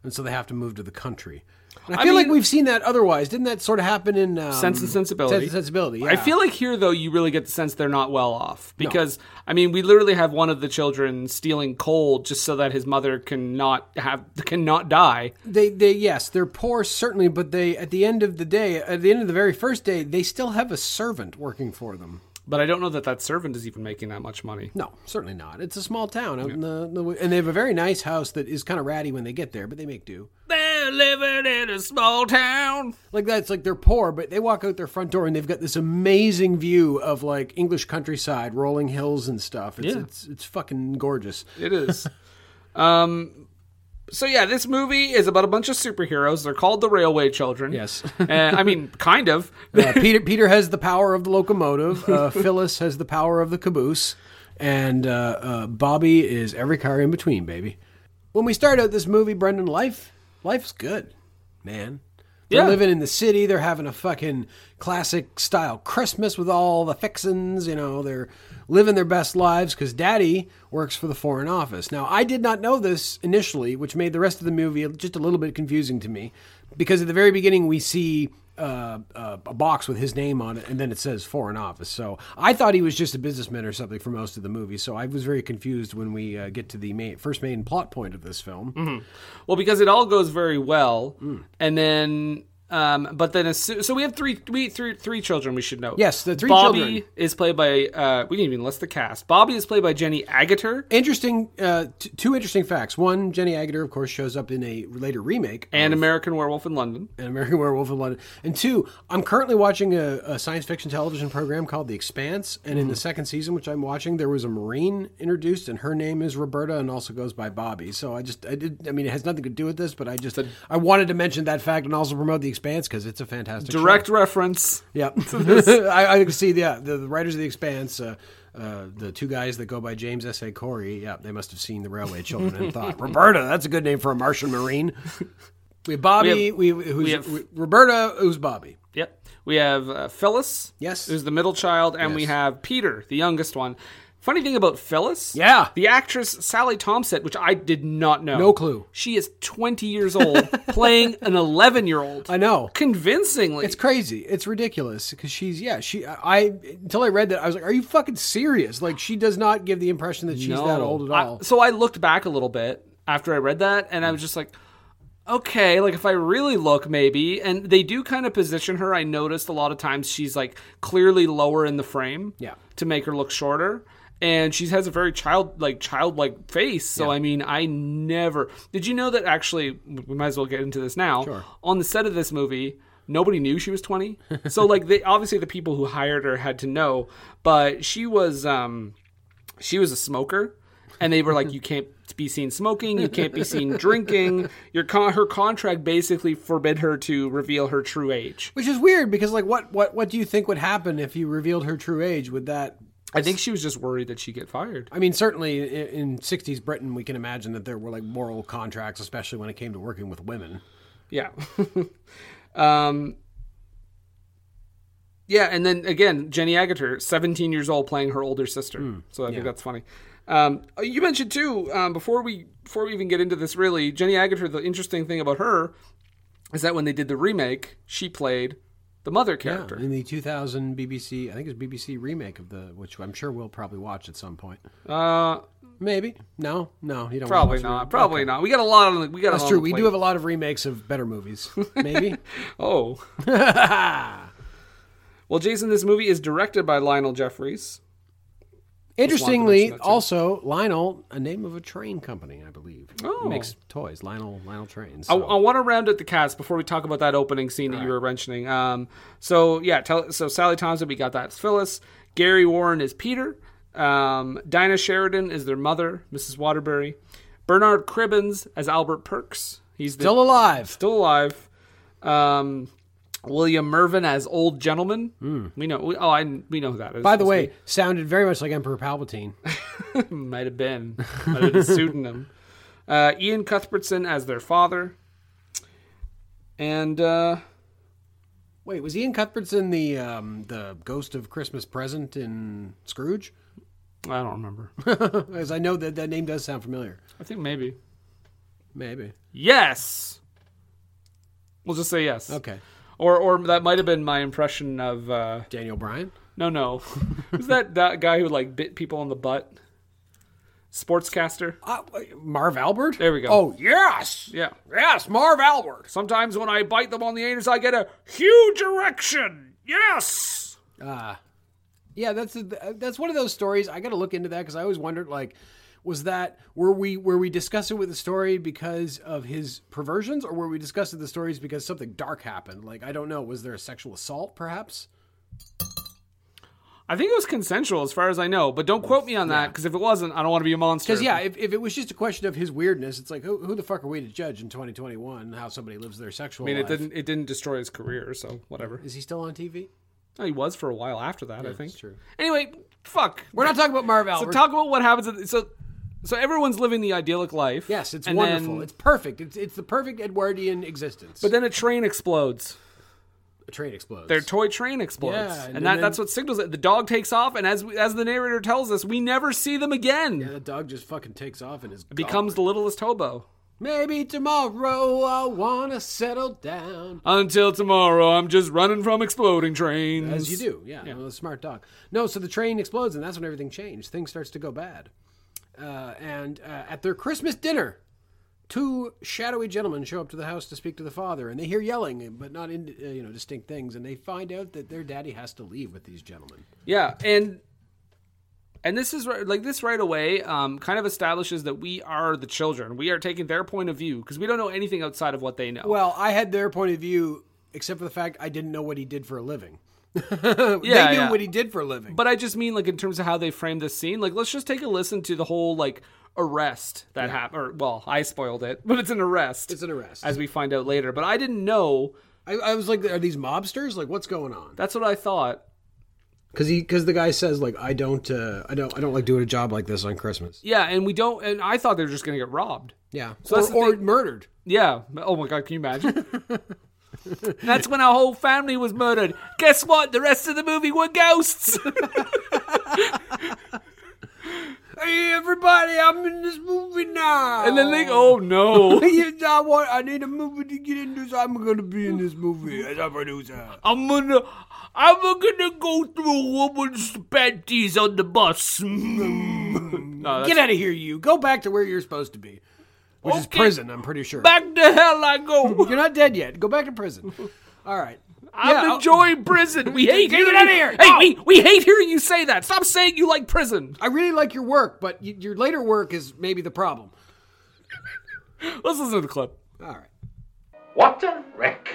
C: And so they have to move to the country. And I,
D: I
C: feel like
D: mean-
C: we've seen that otherwise. Didn't that sort of happen in um,
D: Sense and Sensibility.
C: Sense and Sensibility. Yeah.
D: I feel like here though you really get the sense they're not well off because I mean we literally have one of the children stealing coal just so that his mother cannot have cannot die.
C: they they yes they're poor certainly, but they at the end of the day, at the end of the very first day, they still have a servant working for them.
D: But I don't know that that servant is even making that much money.
C: No, certainly not. It's a small town out in the, the and they have a very nice house that is kind of ratty when they get there, but they make do.
D: They're living in a small town.
C: Like that's like they're poor, but they walk out their front door and they've got this amazing view of like English countryside, rolling hills and stuff. It's
D: Yeah.
C: it's, it's fucking gorgeous.
D: It is. *laughs* um, so yeah, this movie is about a bunch of superheroes. They're called the Railway Children. *laughs*
C: Yes.
D: uh, I mean, kind of.
C: Uh, *laughs* Peter Peter has the power of the locomotive. Uh, Phyllis has the power of the caboose, and uh, uh, Bobby is every car in between, baby. When we start out this movie, Brendan, life life's good, man. They're
D: Yeah.
C: living in the city. They're having a fucking classic style Christmas with all the fixins. You know, they're living their best lives because Daddy works for the Foreign Office. Now, I did not know this initially, which made the rest of the movie just a little bit confusing to me, because at the very beginning we see uh, uh, a box with his name on it, and then it says Foreign Office. So I thought he was just a businessman or something for most of the movie. So I was very confused when we uh, get to the main, first main plot point of this film.
D: Well, because it all goes very well, and then, um, but then as soo- so we have three, we three, three children. We should know.
C: Yes, the three
D: Bobby
C: children.
D: is played by. Uh, we didn't even list the cast. Bobby is played by Jenny Agutter
C: Interesting, uh, t- two interesting facts. One, Jenny Agutter, of course, shows up in a later remake
D: and American Werewolf in London.
C: an American Werewolf in London. And two, I'm currently watching a, a science fiction television program called The Expanse. And in the second season, which I'm watching, there was a Marine introduced, and her name is Roberta, and also goes by Bobby. So I just, I did, I mean, it has nothing to do with this, but I just, I wanted to mention that fact and also promote The Expanse because it's a fantastic show.
D: Direct reference. *laughs*
C: Yeah, *laughs* I, I can see. Yeah, the, the writers of the Expanse, uh, uh, the two guys that go by James S. A. Corey. Yeah, they must have seen the Railway Children and
D: *laughs*
C: thought Roberta. That's a good name for a Martian Marine. We have Bobby. We, who's,
D: we have-
C: we- Roberta. Who's Bobby?
D: Yep. We have uh, Phyllis.
C: Yes.
D: Who's the middle child, and we have Peter, the youngest one. Funny thing about Phyllis.
C: Yeah.
D: The actress Sally Thompson, which I did not know.
C: No clue.
D: She is 20 years old playing an 11 year old.
C: *laughs* I know.
D: Convincingly.
C: It's crazy. It's ridiculous because she's yeah. She I until I read that I was like, are you fucking serious? Like she does not give the impression that she's that
D: No.
C: old at
D: I-
C: all.
D: so I looked back a little bit after I read that, and I was just like, okay, like if I really look, maybe. And they do kind of position her. I noticed a lot of times she's like clearly lower in the frame,
C: Yeah.
D: to make her look shorter. And she has a very child like childlike face. So I mean, I never. Did you know that actually? We might as well get into this now. On the set of this movie. Nobody knew she
C: *laughs*
D: was 20. So like they obviously the people who hired her had to know, but she was um she was a smoker and they were like you can't be seen smoking you can't be seen drinking your con- her contract basically forbid her to reveal her true age
C: Which is weird because like what what what do you think would happen if you revealed her true age? Would that
D: i think she was just worried that she'd get fired
C: I mean, certainly in, in 60s Britain, we can imagine that there were like moral contracts, especially when it came to working with women.
D: yeah *laughs* um yeah and then again jenny agutter 17 years old playing her older sister so i think that's funny um, you mentioned too um, before we before we even get into this really jenny agutter the interesting thing about her is that when they did the remake she played the mother character
C: In the 2000 BBC, I think it's BBC remake of the, which I'm sure we'll probably watch at some point.
D: Uh,
C: Maybe. No, no, you don't. wanna
D: probably
C: watch
D: not. Oh,
C: re-
D: Probably not. We got a lot on. the- We got
C: That's true. We do have a lot of remakes of better
D: *laughs*
C: movies. Maybe.
D: oh.
C: *laughs*
D: well, Jason, this movie is directed by Lionel Jeffries.
C: Interestingly, also Lionel, a name of a train company, I believe,
D: Oh.
C: makes toys. Lionel, Lionel trains.
D: I,
C: So.
D: I want to round out the cast before we talk about that opening scene that you were mentioning. Um, so yeah, tell, so Sally Thompson, we got that as Phyllis. Gary Warren is Peter. Um, Dinah Sheridan is their mother, Mrs. Waterbury. Bernard Cribbins as Albert Perks. He's the,
C: Still alive.
D: still alive. Um, William Mervyn as old gentleman. We know. We, oh, I we know who that is.
C: Hmm. By the way, sounded very much like Emperor Palpatine.
D: might have been might have been
C: *laughs*
D: a pseudonym. Uh, Ian Cuthbertson as their father, and uh,
C: Wait, was Ian Cuthbertson the um, the ghost of Christmas Present in Scrooge?
D: I don't remember.
C: As I know that that name does sound familiar.
D: I think maybe
C: Maybe.
D: yes. We'll just say yes.
C: Okay.
D: Or or that might have been my impression of uh,
C: Daniel Bryan.
D: no
C: *laughs*
D: no. Who's that that guy who like bit people on the butt? Sportscaster.
C: Uh, Marv Albert.
D: There we go.
C: Oh yes,
D: Yeah.
C: yes, Marv Albert.
D: Sometimes when I bite them on the anus, I get a huge erection. Yes.
C: Yeah, that's that's one of those stories. I got to look into that because I always wondered like. Was that were we were we discussing with the story because of his perversions, or were we discussing the stories because something dark happened? Like I don't know, was there a sexual assault, perhaps?
D: I think it was consensual, as far as I know. But don't quote me on that, because if it wasn't, I don't want to be a monster.
C: Because yeah, if, if it was just a question of his weirdness, it's like who, who the fuck are we to judge in 2021 how somebody lives their sexual
D: I mean, it
C: life?
D: didn't. It didn't destroy his career, so whatever.
C: Is he still on TV?
D: No, he was for a while after that. I think.
C: true.
D: Anyway, fuck.
C: We're not talking about Marv Albert.
D: So talk about what happens. at- So, so everyone's living the idyllic life.
C: yes, it's
D: and
C: wonderful.
D: then-
C: it's perfect. It's it's the perfect Edwardian existence.
D: but then a train explodes.
C: a train explodes.
D: Their toy train explodes,
C: Yeah,
D: and,
C: and
D: that,
C: then-
D: that's what signals it. The dog takes off, and as we, as the narrator tells us, we never see them again.
C: the dog just fucking takes off and is
D: Becomes the littlest hobo.
C: Maybe tomorrow I wanna settle down.
D: Until tomorrow, I'm just running from exploding trains.
C: As you do, yeah. Well, smart dog. No, so the train explodes, and that's when everything changed. Things starts to go bad. Uh, and uh, at their Christmas dinner, two shadowy gentlemen show up to the house to speak to the father, and they hear yelling, but not in uh, you know distinct things. And they find out that their daddy has to leave with these gentlemen.
D: Yeah, and and this is ri- like this right away um, kind of establishes that we are the children. We are taking their point of view because we don't know anything outside of what they know.
C: Well, I had their point of view, except for the fact I didn't know what he did for a living. *laughs*
D: Yeah,
C: they knew
D: yeah.
C: what he did for a living.
D: but I just mean like in terms of how they framed this scene. Like, let's just take a listen to the whole like arrest that happened. Or well, I spoiled it, *laughs* but it's an arrest.
C: it's an arrest.
D: as we find out later. But I didn't know.
C: I, I was like, are these mobsters? Like, what's going on?
D: That's what I thought.
C: Because he, because the guy says like, I don't, uh, I don't, I don't like doing a job like this on Christmas.
D: Yeah, and we don't. And I thought they were just gonna get robbed.
C: Yeah,
D: that's the
C: or, or
D: thing.
C: murdered.
D: Yeah. Oh my god, can
C: *laughs*
D: you imagine? That's when our whole family was murdered. Guess what? The rest of the movie
C: *laughs*
D: were ghosts.
C: Hey, everybody, I'm in this movie now.
D: and then they go,
C: *laughs*
D: oh no,
C: I want, I need a movie to get into, so I'm gonna be in this movie as a producer.
D: I'm gonna, I'm gonna go through a woman's panties on
C: *laughs*
D: the bus. no, that's
C: Get out of here, you. Go back to where you're supposed to be, which is
D: Okay.
C: prison. I'm pretty sure.
D: back the hell I
C: *laughs*
D: go.
C: You're not dead yet. Go back to *laughs* prison. All right.
D: I'm
C: Yeah,
D: enjoying prison. We hate
C: Get
D: hearing
C: out of here.
D: Hey, we, we hate hearing you say that. Stop saying you like prison.
C: I really like your work, but y- your later work is maybe the problem.
D: Let's listen to the clip.
C: All right.
B: What a wreck.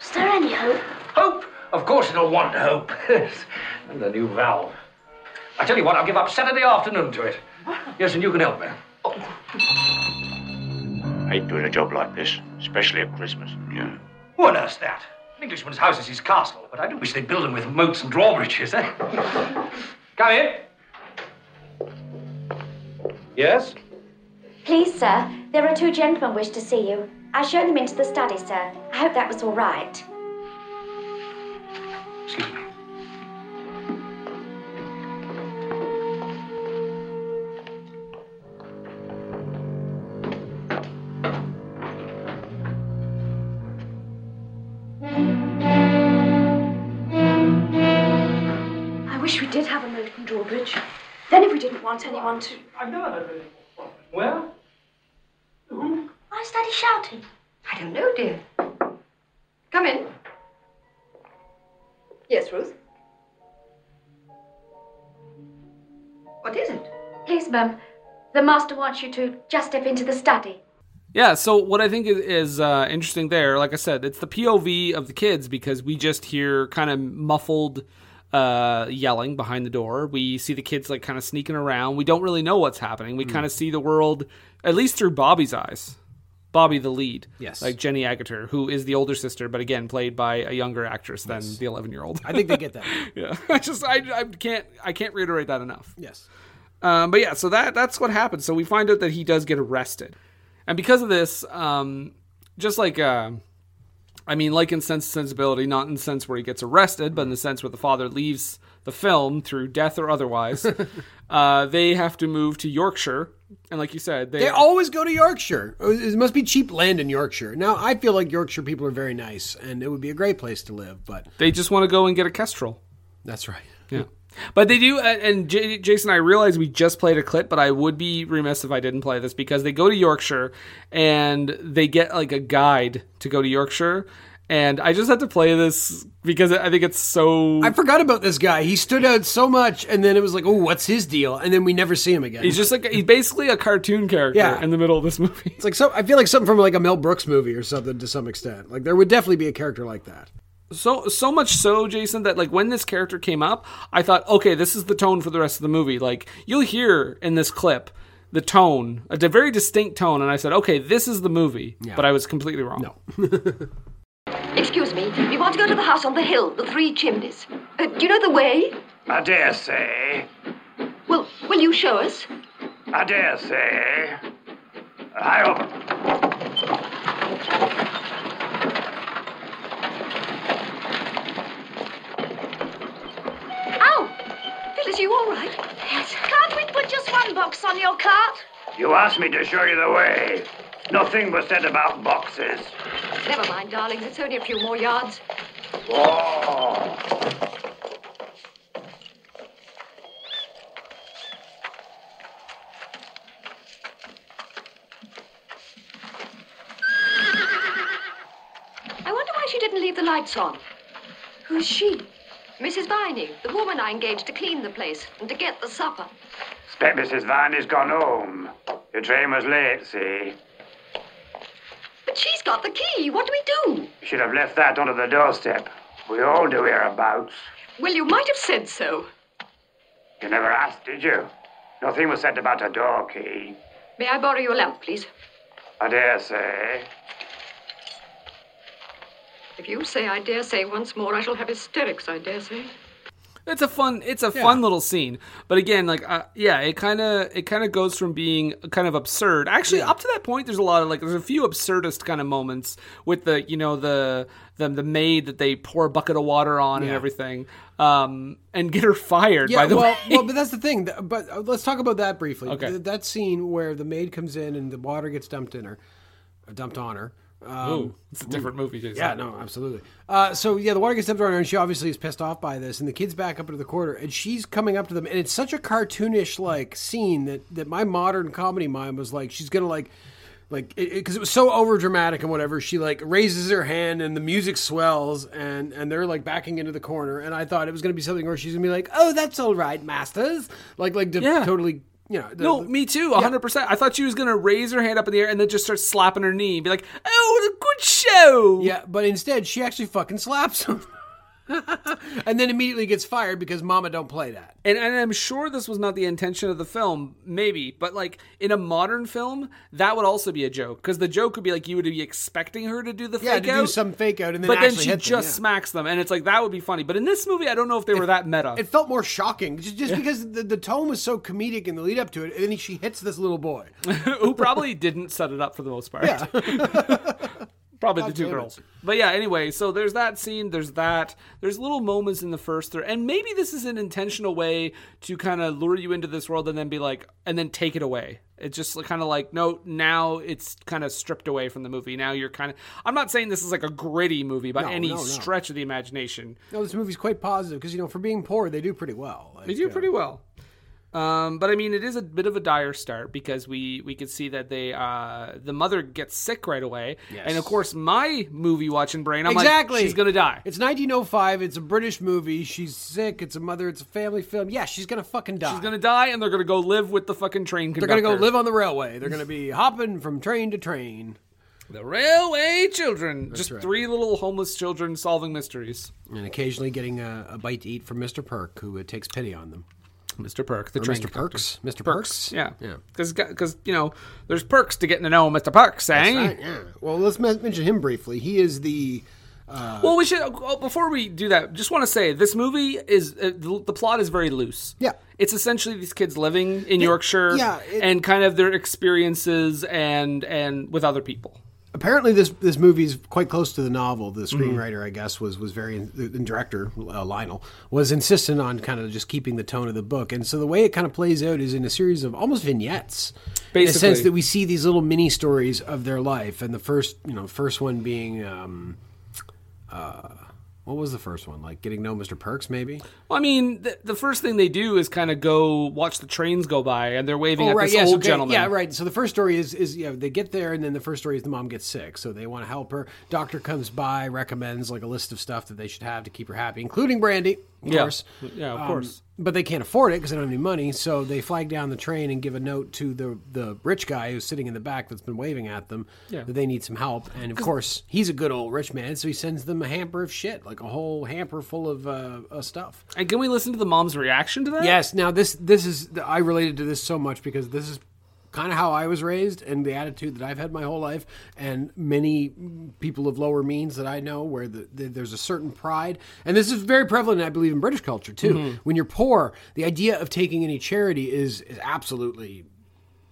E: Is there any hope?
B: Hope? Of course it'll want hope. *laughs* and the new valve. I tell you what, I'll give up Saturday afternoon to it. Yes, and you can help me.
F: hate doing a job like this, especially at Christmas. Yeah.
B: What on earth's that? An Englishman's house is his castle, but I do wish they'd build him with moats and drawbridges, eh? Come in. Yes?
E: Please, sir, there are two gentlemen wish to see you. I showed them into the study, sir. I hope that was all right.
B: Excuse me.
E: I wish we did have a moat and drawbridge. Then, if we didn't want anyone to.
B: I've never heard of it. Well?
E: Why is Daddy shouting?
G: I don't know, dear. Come in. Yes, Ruth. What is it?
E: Please, ma'am, the master wants you to just step into the study.
D: Yeah, so what I think is, is uh, interesting there, like I said, it's the POV of the kids because we just hear kind of muffled uh, yelling behind the door. We see the kids like kind of sneaking around. We don't really know what's happening.
C: Hmm.
D: We kind of see the world, at least through Bobby's eyes. Bobby, the lead.
C: Yes.
D: Like Jenny Agutter, who is the older sister, but again, played by a younger actress than the 11 year old.
C: I think they get that.
D: *laughs*
C: *laughs*
D: yeah. I just, I, I can't, I can't reiterate that enough.
C: Yes.
D: Um, but yeah, so that that's what happens. So we find out that he does get arrested, and because of this, um, just like uh, I mean, like in Sense and Sensibility, not in the sense where he gets arrested, but in the sense where the father leaves the film through death or otherwise, uh, they have to move to Yorkshire, and like you said, they,
C: They always go to Yorkshire. Uh, It must be cheap land in Yorkshire. Now, I feel like Yorkshire people are very nice, and it would be a great place to live, but
D: they just want to go and get a kestrel.
C: that's right.
D: Yeah. But they do, and- and J- Jason, I realize we just played a clip, but I would be remiss if I didn't play this because they go to Yorkshire and they get like a guide to go to Yorkshire. And I just had to play this because I think it's so.
C: I forgot about this guy. He stood out so much, and then it was like, oh, what's his deal? And then we never see him again.
D: He's just like, he's basically a cartoon character
C: Yeah.
D: in the middle of this movie. *laughs*
C: it's like some, I feel like something from like a Mel Brooks movie or something to some extent. Like there would definitely be a character like that.
D: So, so much so, Jason, that like when this character came up, I thought, okay, this is the tone for the rest of the movie. Like, you'll hear in this clip the tone, a very distinct tone. And I said, okay, this is the movie. But I was completely wrong. No.
G: Excuse me. We want to go to the house on the hill, the Three Chimneys. Uh, do you know the way?
B: I dare say.
G: Well, will you show us?
B: I dare say. I hope.
G: Ow! Phyllis, are you all right? Oh!
E: Yes. Can't we put just one box on your cart?
B: You asked me to show you the way. Nothing was said about boxes.
G: Never mind, darlings. It's only a few more yards.
B: Whoa.
G: I wonder why she didn't leave the lights on. Who's she? Mrs. Viney, the woman I engaged to clean the place and to get the supper.
B: Expect Mrs. Viney's gone home. Your train was late, see?
G: But she's got the key. What do we do?
B: You should have left that under the doorstep. We all do hereabouts.
G: Well, you might have said so.
B: You never asked, did you? Nothing was said about a door key.
G: May I borrow your lamp, please?
B: I dare say.
G: If you say I dare say once more, I shall have hysterics, I dare say.
D: It's a fun, it's a fun little scene. But again, like, uh, yeah, it kind of, it kind of goes from being kind of absurd. Actually, up to that point, there's a lot of like, there's a few absurdist kind of moments with the, you know, the, the, the maid that they pour a bucket of water on and everything, um, and get her fired. by the
C: well,
D: *laughs* way,
C: well, but that's the thing. Th- But uh, let's talk about that briefly.
D: Okay.
C: Th- that scene where the maid comes in and the water gets dumped in her, uh, dumped on her. Um,
D: Ooh, it's a different movie. Jason.
C: Yeah, no, absolutely. Uh, so yeah, the water gets dumped on her, and she obviously is pissed off by this. And the kids back up into the quarter, and she's coming up to them, and it's such a cartoonish like scene that that my modern comedy mind was like, she's gonna like. Like, because it, 'cause it was so over dramatic and whatever, she like raises her hand and the music swells and and they're like backing into the corner and I thought it was gonna be something where she's gonna be like, oh, that's all right, masters, like like to
D: Yeah.
C: totally, you know, the-
D: No,
C: the-
D: me too, 100%. I thought she was going to raise her hand up in the air and then just start slapping her knee and be like, oh, what a good show.
C: Yeah, but instead she actually fucking slaps him. *laughs* and then immediately gets fired because mama don't play that.
D: And, and I'm sure this was not the intention of the film, maybe, but like in a modern film, that would also be a joke because the joke would be like you would be expecting her to do the
C: Yeah,
D: fake
C: to
D: out,
C: do some fake out and then
D: but then
C: actually
D: she
C: hit
D: just
C: them, yeah.
D: smacks them, and it's like that would be funny. But in this movie, I don't know if they were that meta.
C: It felt more shocking just, just because the, the tone was so comedic in the lead up to it and then she hits this little
D: *laughs*
C: boy.
D: who probably didn't set it up for the most part. *laughs* probably the two
C: damn it.
D: girls. But yeah, anyway, so there's that scene, there's that. There's little moments in the first three. And maybe this is an intentional way to kind of lure you into this world and then be like, and then take it away. It's just kind of like, no, now it's kind of stripped away from the movie. Now you're kind of. I'm not saying this is like a gritty movie by any
C: no, no.
D: stretch of the imagination.
C: No, this movie's quite positive because, you know, for being poor, they do pretty well. Like,
D: They do pretty well. Um, but I mean, it is a bit of a dire start because we we could see that they uh, the mother gets sick right away, and of course, my movie watching brain, I'm
C: Exactly.
D: like, she's gonna die.
C: It's 1905. It's a British movie. She's sick. It's a mother. It's a family film. Yeah, she's going to fucking die.
D: She's gonna die, and they're gonna go live with the fucking train
C: They're
D: conductor.
C: going to go live on the railway. They're going
D: *laughs*
C: to be hopping from train to train.
D: the railway children, just three little homeless children solving mysteries.
C: and occasionally getting a, a bite to eat from Mr. Perk, who uh, takes pity on them.
D: Mr. Perk, the
C: Or
D: train
C: Mr.
D: conductor.
C: Perks, Mr. Perks.
D: Yeah,
C: yeah.
D: because you know, there's perks to getting to know Mr. Perks, eh?
C: Right, Uh, yeah. Well, let's men- mention him briefly. He is the
D: Well, we should oh, before we do that. Just want to say this movie is uh, the, the plot is very loose.
C: Yeah.
D: it's essentially these kids living in Yorkshire,
C: yeah, it-
D: and kind of their experiences and and with other people.
C: apparently this this movie is quite close to the novel. The screenwriter, I guess, was was very the the director uh, Lionel was insistent on kind of just keeping the tone of the book, and so the way it kind of plays out is in a series of almost vignettes, in the sense
D: Basically.
C: that we see these little mini stories of their life, and the first you know first one being. Um, uh, what was the first one? Like getting to know Mr. Perks, maybe?
D: Well, I mean, the, the first thing they do is kind of go watch the trains go by, and they're waving at this
C: yes,
D: old
C: okay,
D: gentleman.
C: Oh, Yeah, right. So the first story is is you know, they get there and then the first story is the mom gets sick, so they want to help her. Doctor comes by, recommends like a list of stuff that they should have to keep her happy, including brandy, of
D: Yeah.
C: course.
D: Yeah, of
C: Um,
D: course.
C: But they can't afford it because they don't have any money, so they flag down the train and give a note to the the rich guy who's sitting in the back that's been waving at them
D: Yeah.
C: that they need some help. And of course, he's a good old rich man, so he sends them a hamper of shit, like a whole hamper full of uh, uh, stuff.
D: And can we listen to the mom's reaction to that?
C: Yes. Now this this is I related to this so much because this is kind of how I was raised and the attitude that I've had my whole life, and many people of lower means that I know, where the, the, there's a certain pride, and this is very prevalent, I believe, in British culture too.
D: Mm-hmm.
C: When you're poor, the idea of taking any charity is is absolutely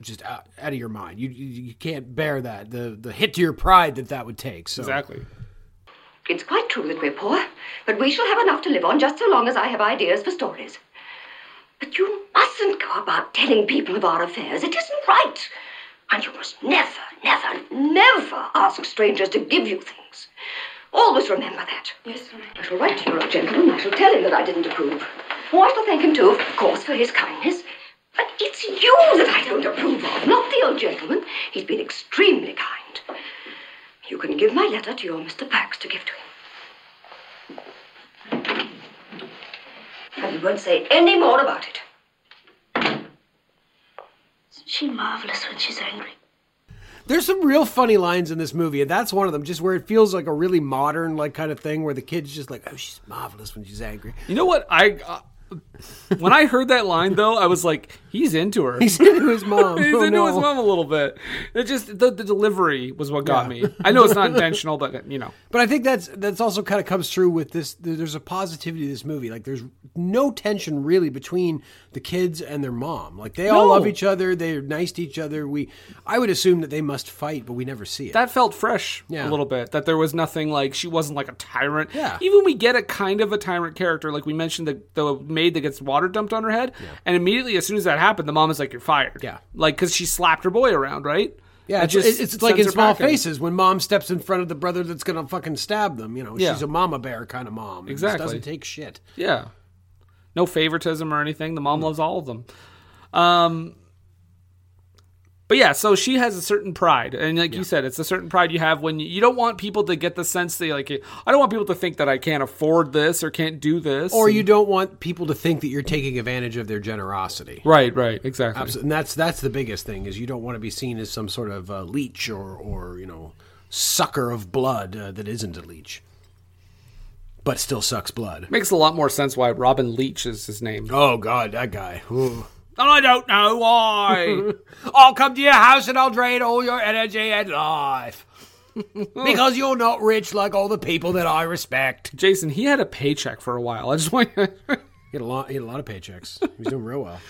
C: just out, out of your mind. You, you you can't bear that the the hit to your pride that that would take. So
D: exactly.
G: It's quite true that we're poor, but we shall have enough to live on just so long as I have ideas for stories. But you mustn't go about telling people of our affairs. It isn't right. And you must never, never, never ask strangers to give you things. Always remember that. Yes, I shall write to your old gentleman. I shall tell him that I didn't approve. Oh, I shall thank him too, of course, for his kindness. But it's you that I don't approve of, not the old gentleman. He's been extremely kind. You can give my letter to your Mr. Pax to give to him. And you won't say any more about it.
H: Isn't she marvelous when she's angry?
C: There's some real funny lines in this movie, and that's one of them. Just where it feels like a really modern, like kind of thing, where the kid's just like, "Oh, she's marvelous when she's angry." *laughs*
D: You know what? I uh, when I heard that line though, I was like, he's into her.
C: He's into his
D: *laughs*
C: mom.
D: He's
C: Oh,
D: into
C: no.
D: his mom a little bit. It just the, the delivery was what got me. I know
C: *laughs*
D: it's not intentional, but you know,
C: But I think that's that's also kind of comes through with this. there- There's a positivity to this movie. Like there's no tension really between the kids and their mom. Like they all
D: No.
C: love each other. They're nice to each other. We, I would assume that they must fight, but we never see it.
D: that felt fresh
C: Yeah.
D: a little bit. That there was nothing like she wasn't like a tyrant.
C: Yeah.
D: Even we get a kind of a tyrant character, like we mentioned the the maid that gets water dumped on her head, and immediately as soon as that happened, the mom is like, "You're fired."
C: Yeah.
D: Like because she slapped her boy around, right?
C: yeah,
D: It
C: it's, it's, it's like
D: sends
C: in
D: her
C: Small
D: packing.
C: Faces when mom steps in front of the brother that's gonna fucking stab them. You know,
D: Yeah.
C: she's a mama bear kind of mom. It just
D: Exactly.
C: doesn't take shit.
D: Yeah. No favoritism or anything. The mom loves all of them. Um but yeah, so she has a certain pride, and like you said, it's a certain pride you have when you, you don't want people to get the sense that like I don't want people to think that I can't afford this or can't do this.
C: Or
D: And-
C: you don't want people to think that you're taking advantage of their generosity.
D: right, right, exactly.
C: Absolutely. And that's that's the biggest thing is you don't want to be seen as some sort of uh, leech or or you know sucker of blood uh, that isn't a leech, but still sucks blood.
D: Makes a lot more sense why Robin Leach is his name.
C: Oh God, that guy. Ooh.
D: I don't know why.
C: I'll come to your house and I'll drain all your energy and life *laughs* because you're not rich like all the people that I respect.
D: *laughs* Jason, he had a paycheck for a while. I just want *laughs*
C: He had a lot. He had a lot of paychecks. He's doing real well.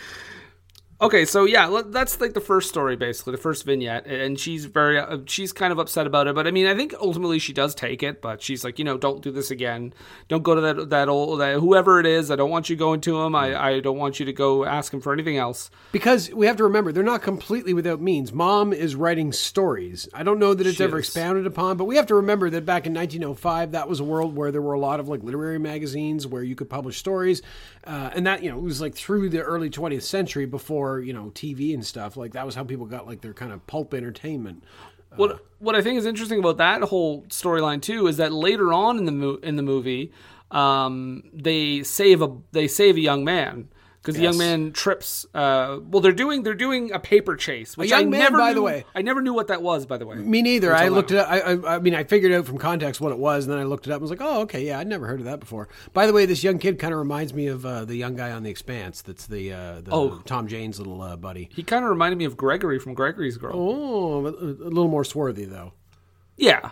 D: Okay, so yeah, le- that's like the first story, basically the first vignette, and she's very, uh, she's kind of upset about it. But I mean, I think ultimately she does take it, but she's like, you know, don't do this again. Don't go to that that old that, whoever it is. I don't want you going to him. I I don't want you to go ask him for anything else.
C: Because we have to remember, they're not completely without means. Mom is writing stories. I don't know that it's ever
D: is.
C: expounded upon, but we have to remember that back in 1905, that was a world where there were a lot of like literary magazines where you could publish stories, uh, and that you know it was like through the early 20th century before you know TV and stuff. Like that was how people got like their kind of pulp entertainment.
D: What what I think is interesting about that whole storyline too is that later on in the mo- in the movie, um, they save a they save a young man. Because the young man trips. Uh, well, they're doing they're doing a paper chase, which I
C: young man,
D: never
C: by
D: knew,
C: the way.
D: I never knew what that was. By the way,
C: Me neither. I looked it up. I, I, I mean, I figured out from context what it was, and then I looked it up and was like, oh, okay, yeah, I'd never heard of that before. By the way, this young kid kind of reminds me of uh, the young guy on The Expanse that's the, uh, the
D: Oh.
C: Tom Jane's little uh, buddy.
D: He kind of reminded me of Gregory from Gregory's Girl.
C: Oh, a, a little more swarthy, though.
D: Yeah.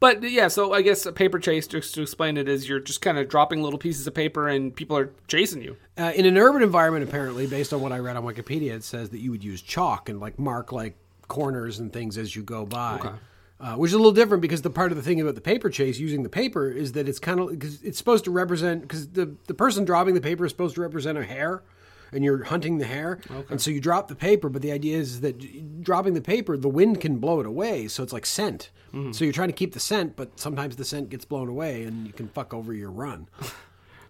D: But yeah, so I guess a paper chase, just to explain it, is you're just kind of dropping little pieces of paper and people are chasing you.
C: Uh, in an urban environment, apparently, based on what I read on Wikipedia, it says that you would use chalk and like mark like corners and things as you go by. Uh, which is a little different because the part of the thing about the paper chase using the paper is that it's kind of because it's supposed to represent because the the person dropping the paper is supposed to represent a hair, and you're hunting the hair, and so you drop the paper. But the idea is that dropping the paper, the wind can blow it away, so it's like scent. So you're trying to keep the scent, but sometimes the scent gets blown away, and you can fuck over your run.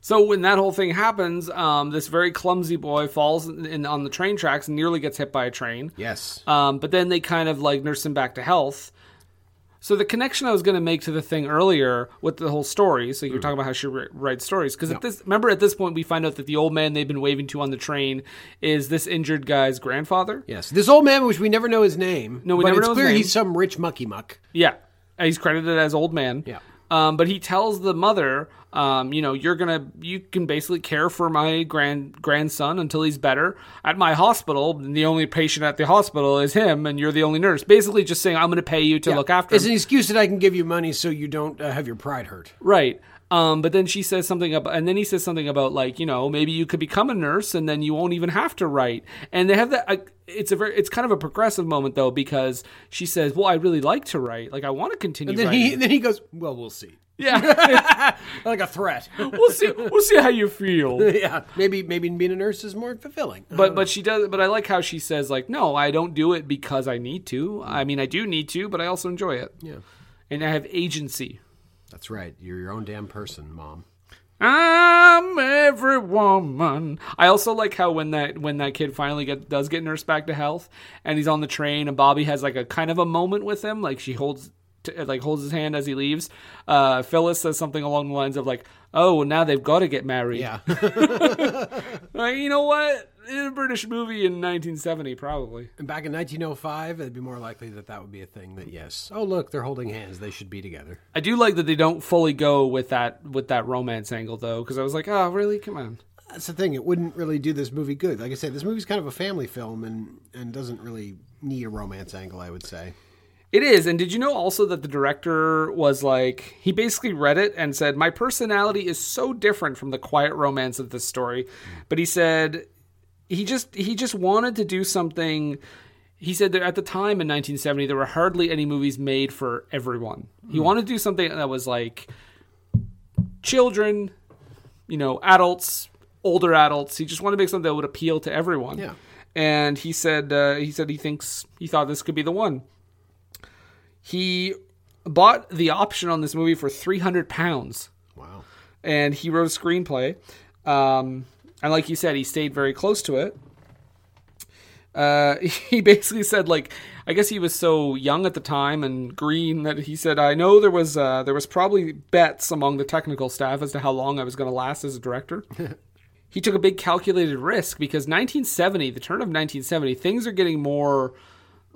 D: So when that whole thing happens, um, this very clumsy boy falls in, in, on the train tracks and nearly gets hit by a train.
C: *laughs* Yes.
D: Um, but then they kind of like nurse him back to health. So the connection I was going to make to the thing earlier with the whole story, so you're talking about how she ri- writes stories, because at this remember at this point we find out that the old man they've been waving to on the train is this injured guy's grandfather.
C: Yes, this old man, which we never know his name.
D: No, we
C: but
D: never
C: it's
D: know his
C: clear
D: name.
C: he's some rich mucky muck.
D: Yeah. And He's credited as old man.
C: Yeah.
D: Um, but he tells the mother, um, you know, you're gonna, you can basically care for my grand grandson until he's better at my hospital. And the only patient at the hospital is him, and you're the only nurse. Basically, just saying, I'm gonna pay you to look after
C: It's
D: him.
C: an excuse that I can give you money so you don't uh, have your pride hurt.
D: Right. Um, but then she says something about, and then he says something about like, you know, maybe you could become a nurse, and then you won't even have to write. And they have that. I, it's a very, it's kind of a progressive moment though, because she says, "Well, I really like to write. Like, I want to continue."
C: And then
D: writing.
C: he then he goes, "Well, we'll see."
D: Yeah,
C: *laughs* like a threat.
D: we'll see. We'll see how you feel.
C: yeah, maybe maybe being a nurse is more fulfilling.
D: But but she does. But I like how she says like, no, I don't do it because I need to. I mean, I do need to, but I also enjoy it.
C: Yeah.
D: and I have agency.
C: That's right. You're your own damn person, mom.
D: I'm every woman. I also like how when that when that kid finally get, does get nursed back to health, and he's on the train, and Bobby has like a kind of a moment with him, like she holds t- like holds his hand as he leaves. Uh, Phyllis says something along the lines of like, "Oh, well, now they've got to get married."
C: Yeah.
D: *laughs* like, you know what? In a British movie in 1970, probably.
C: And back in 1905, it'd be more likely that that would be a thing. That yes. Oh look, they're holding hands. They should be together.
D: I do like that they don't fully go with that with that romance angle though, because I was like, "Oh, really? Come on."
C: That's the thing. It wouldn't really do this movie good. Like I said, this movie's kind of a family film and and doesn't really need a romance angle. I would say.
D: It is. And did you know also that the director was like, he basically read it and said, My personality is so different from the quiet romance of this story. But he said, he just he just wanted to do something he said that at the time in 1970 there were hardly any movies made for everyone he wanted to do something that was like children you know adults older adults he just wanted to make something that would appeal to everyone
C: Yeah.
D: and he said uh, he said he thinks he thought this could be the one he bought the option on this movie for 300 pounds
C: Wow.
D: and he wrote a screenplay. Um, and like you said, he stayed very close to it. Uh, *laughs* he basically said, like, I guess he was so young at the time and green that he said, I know there was uh, there was probably bets among the technical staff as to how long I was going to last as a director. he took a big calculated risk because 1970, the turn of 1970, things are getting more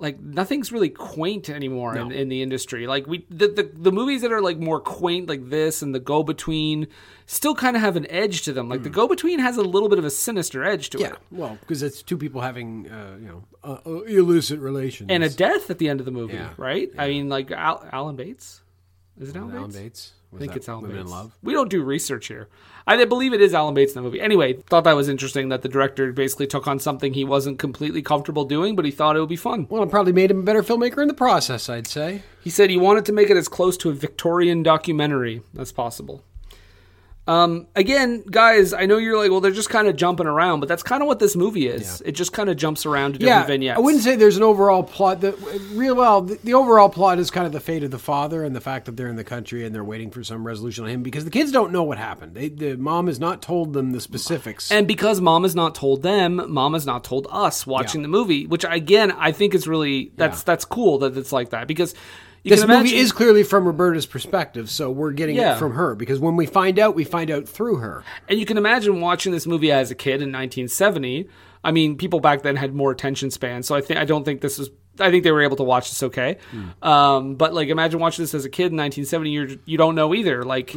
D: like nothing's really quaint anymore in, in the industry. Like we the, the the movies that are like more quaint like this and the go between still kind of have an edge to them. Like the go between has a little bit of a sinister edge to
C: Hmm. Yeah.
D: it.
C: Well, because it's two people having uh, you know uh, uh, illicit relations.
D: And a death at the end of the movie,
C: Yeah.
D: right? I mean like Al- Alan Bates? Is it Alan,
C: Alan
D: Bates?
C: Bates. Was
D: I think
C: that
D: it's Alan
C: Women
D: Bates.
C: in Love.
D: We don't do research here. I believe it is Alan Bates in the movie. Anyway, thought that was interesting that the director basically took on something he wasn't completely comfortable doing, but he thought it would be fun.
C: Well, it probably made him a better filmmaker in the process. I'd say.
D: He said he wanted to make it as close to a Victorian documentary as possible. Um, again, guys, I know you're like, well, they're just kind of jumping around, but that's kind of what this movie is. It just kind of jumps around to different vignettes.
C: I wouldn't say there's an overall plot. That real well, the, the overall plot is kind of the fate of the father and the fact that they're in the country and they're waiting for some resolution on him because the kids don't know what happened. They, the mom has not told them the specifics.
D: And because mom has not told them, mom has not told us watching
C: Yeah.
D: the movie, which again I think is really that's
C: Yeah.
D: that's cool that it's like that because you
C: this
D: can
C: movie
D: imagine-
C: is clearly from Roberta's perspective, so we're getting
D: Yeah.
C: it from her because when we find out, we find out through her.
D: And you can imagine watching this movie as a kid in 1970. I mean, people back then had more attention span, so I think I don't think this was. I think they were able to watch this okay. Um, but like, imagine watching this as a kid in 1970. You're you don't know either. Like,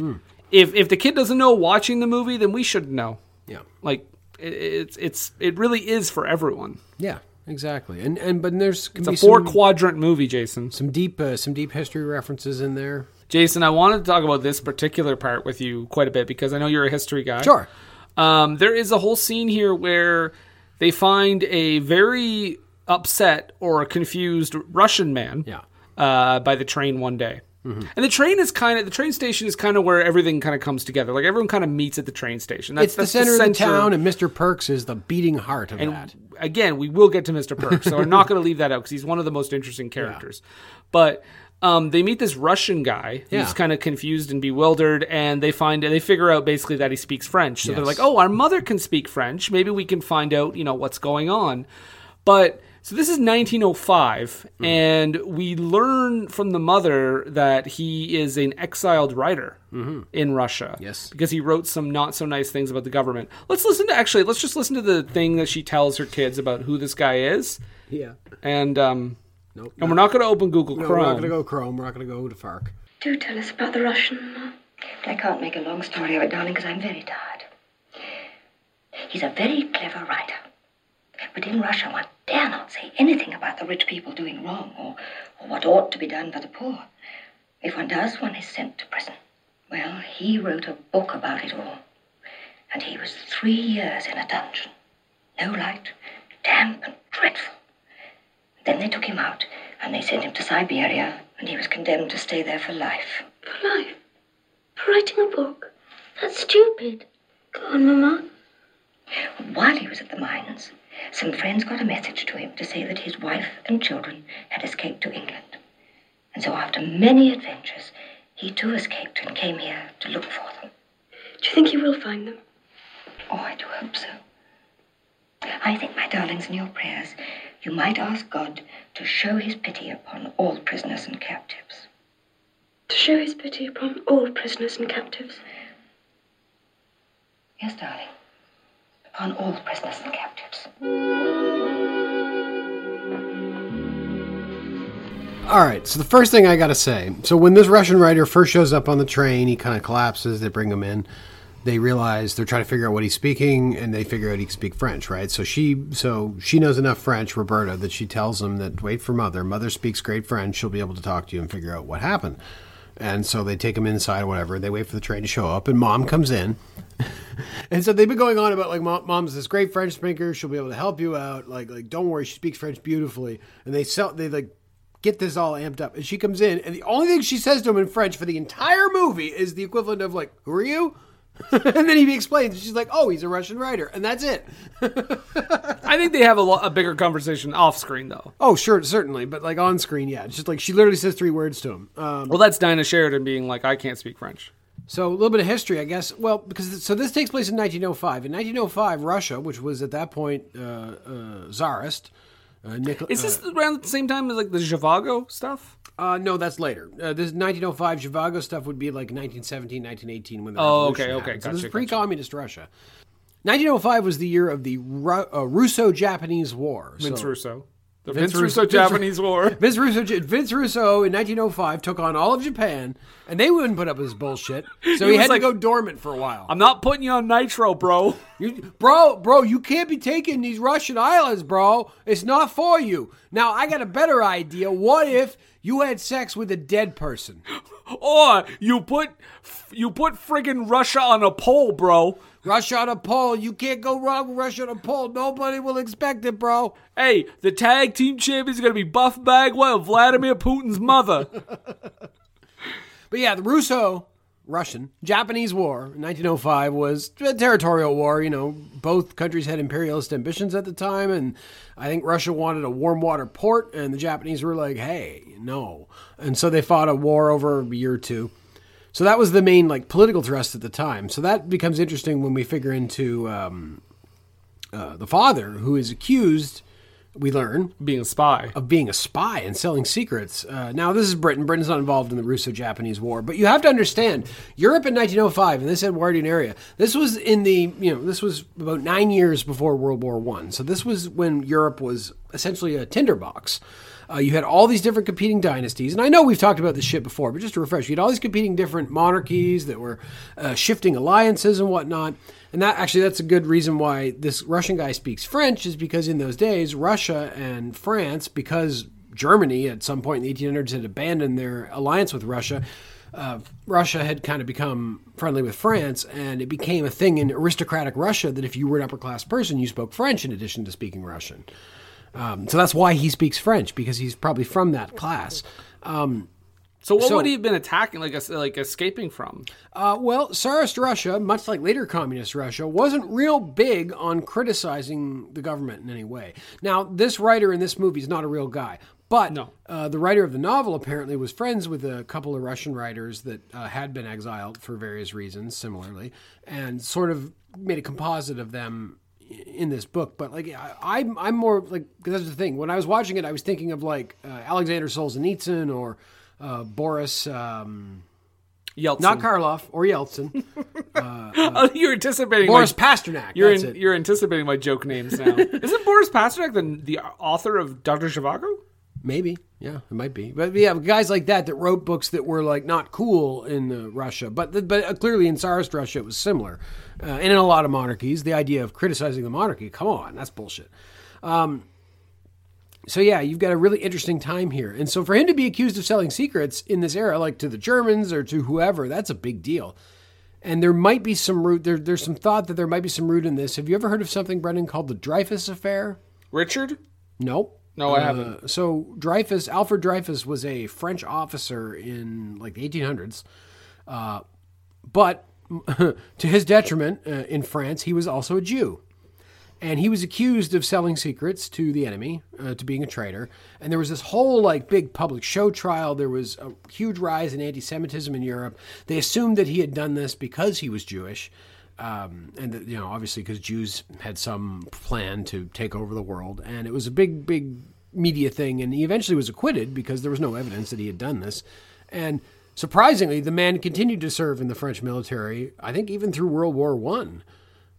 D: if if the kid doesn't know watching the movie, then we should know.
C: Yeah,
D: Like, it, it's it's it really is for everyone.
C: yeah, exactly. And and but there's can
D: It's a
C: be
D: four
C: some,
D: quadrant movie, Jason.
C: some deep uh, some deep history references in there.
D: Jason, I wanted to talk about this particular part with you quite a bit because I know you're a history guy.
C: Sure.
D: Um, there is a whole scene here where they find a very upset or confused Russian man
C: Yeah. Mm-hmm.
D: uh, by the train one day. And the train is kind of the train station is kind of where everything kind of comes together. Like everyone kind of meets at the train station. That's,
C: It's the
D: that's
C: center of the town, and Mr. Perks is the beating heart of that.
D: Um, again, we will get to Mr. Perk, so
C: *laughs*
D: we're not going to leave that out because he's one of the most interesting characters. But um, they meet this Russian guy who's
C: Yeah.
D: kind of confused and bewildered, and they find they figure out basically that he speaks French. So they're
C: Yes.
D: like, "Oh, our mother can speak French. Maybe we can find out, you know, what's going on." But so this is 1905,
C: Hmm.
D: and we learn from the mother that he is an exiled writer in Russia.
C: Mm-hmm. Yes.
D: because he wrote some not so nice things about the government. Let's listen to actually. Let's just listen to the thing that she tells her kids about who this guy is,
C: Yeah.
D: and um,
C: Nope.
D: and we're not going to open Google
C: No,
D: Chrome.
C: we're not going to go Chrome. We're not going to go to FARC.
H: Do tell us about the Russian.
G: I can't make a long story of it, darling, because I'm very tired. He's a very clever writer. But in Russia, one dare not say anything about the rich people doing wrong or, or what ought to be done for the poor. If one does, one is sent to prison. Well, he wrote a book about it all. And he was three years in a dungeon. No light, damp and dreadful. Then they took him out and they sent him to Siberia, and he was condemned to stay there for life.
H: For life. For writing a book? That's stupid. Go on, Mama.
G: While he was at the mines, some friends got a message to him to say that his wife and children had escaped to England. And so, after many adventures, he too escaped and came here to look for them.
H: Do you think you will find them?
G: Oh, I do hope so. I think, my darlings, in your prayers, you might ask God to show his pity upon all prisoners and captives.
H: To show his pity upon all prisoners and captives.
G: Yes, darling, upon all prisoners and captives.
C: All right, so the first thing I got to say so when this Russian writer first shows up on the train, he kind of collapses. They bring him in. They realize they're trying to figure out what he's speaking, and they figure out he can speak French, right? So she, so she knows enough French, Roberta, that she tells him that wait for mother. Mother speaks great French. She'll be able to talk to you and figure out what happened. And so they take him inside or whatever. They wait for the train to show up, and mom comes in. And so they've been going on about like mom, mom's this great French speaker. She'll be able to help you out. Like like don't worry, she speaks French beautifully. And they sell they like get this all amped up. And she comes in, and the only thing she says to him in French for the entire movie is the equivalent of like "Who are you?" *laughs* and then he explains. She's like, "Oh, he's a Russian writer," and that's it.
D: I think they have a, lo- a bigger conversation off screen though.
C: Oh, sure, certainly, but like on screen, yeah, it's just like she literally says three words to him. Um,
D: Well, that's Dinah Sheridan being like, I can't speak French.
C: So a little bit of history, I guess. Well, because th- so this takes place in 1905. In 1905, Russia, which was at that point uh, uh, czarist, uh, Nikol-
D: Is this around the same time as like the Zhivago stuff?
C: Uh, no, that's later. Uh, this 1905 Zhivago stuff would be like 1917, 1918 when the
D: Oh,
C: revolution
D: okay, okay,
C: happened. so this
D: gotcha,
C: is pre-communist Russia. 1905 was the year of the Ru- uh, Russo-Japanese War.
D: Vince
C: so,
D: Russo. The Vince,
C: Russo-
D: Russo,
C: Vince Ru-
D: Japanese War.
C: Vince Russo, Vince Russo in 1905 took on all of Japan, and they wouldn't put up with his
D: *laughs*
C: bullshit. So he,
D: was
C: had
D: like,
C: to go dormant for a while.
D: I'm not putting you on Nitro, bro. *laughs*
C: You, bro, bro, you can't be taking these Russian islands, bro. It's not for you. Now I got a better idea. What if you had sex with a dead person?
D: Or you put you put friggin' Russia on a pole, bro.
C: Russia on a pole. You can't go wrong with Russia on a pole. Nobody will expect it, bro.
D: Hey, the tag team champions are gonna be Buff Bagwell and Vladimir Putin's mother.
C: But yeah, the Russo, Russian, Japanese War, in 1905 was a territorial war. You know, both countries had imperialist ambitions at the time, and I think Russia wanted a warm water port, and the Japanese were like, "Hey, no." And so they fought a war over a year or two. So that was the main like political thrust at the time. So that becomes interesting when we figure into um, uh, the father who is accused. We learn
D: Being a spy.
C: of *laughs* being a spy and selling secrets. Uh, now, this is Britain. Britain's not involved in the Russo-Japanese War, but you have to understand Europe in 1905 in this Edwardian area. This was in the you know this was about nine years before World War One. So this was when Europe was essentially a tinderbox. Uh, you had all these different competing dynasties, and I know we've talked about this shit before, but just to refresh, you had all these competing different monarchies that were uh, shifting alliances and whatnot. And that actually, that's a good reason why this Russian guy speaks French is because in those days, Russia and France, because Germany at some point in the 1800s had abandoned their alliance with Russia, uh, Russia had kind of become friendly with France, and it became a thing in aristocratic Russia that if you were an upper class person, you spoke French in addition to speaking Russian. Um, so that's why he speaks French because he's probably from that class.
D: So what
C: So-
D: would he have been attacking, like es- like escaping from?
C: Uh, well, Tsarist Russia, much like later communist Russia, wasn't real big on criticizing the government in any way. Now, this writer in this movie is not a real guy, but
D: No.
C: uh, the writer of the novel apparently was friends with a couple of Russian writers that uh, had been exiled for various reasons, similarly, and sort of made a composite of them i- in this book. But like, I, I'm, I'm more like 'cause that's the thing. When I was watching it, I was thinking of like uh, Alexander Solzhenitsyn or uh, Boris. Um,
D: Yeltsin.
C: not Karloff or Yeltsin.
D: oh, *laughs* you're anticipating
C: Boris
D: my-
C: Pasternak.
D: You're
C: that's
D: in,
C: it.
D: you're anticipating my joke names
C: *laughs*
D: now. Isn't Boris Pasternak the the author of Doctor Zhivago?
C: Maybe. Yeah, it might be. But yeah, guys like that that wrote books that were like not cool in uh, Russia, but but uh, clearly in Tsarist Russia it was similar, uh, and in a lot of monarchies, the idea of criticizing the monarchy, come on, that's bullshit. Um, so yeah, you've got a really interesting time here. And so for him to be accused of selling secrets in this era, like to the Germans or to whoever, that's a big deal. And there might be some root there, there's some thought that there might be some root in this. Have you ever heard of something, Brendan, called the Dreyfus affair?
D: Richard?
C: Nope.
D: No, I
C: Uh,
D: haven't.
C: so Dreyfus, Alfred Dreyfus was a French officer in like the 1800s. Uh, But *laughs* to his detriment, uh, in France, he was also a Jew. And he was accused of selling secrets to the enemy, uh, to being a traitor. And there was this whole like big public show trial. There was a huge rise in anti-Semitism in Europe. They assumed that he had done this because he was Jewish, um, and that, you know obviously because Jews had some plan to take over the world. And it was a big, big media thing. And he eventually was acquitted because there was no evidence that he had done this. And surprisingly, the man continued to serve in the French military. I think even through World War One.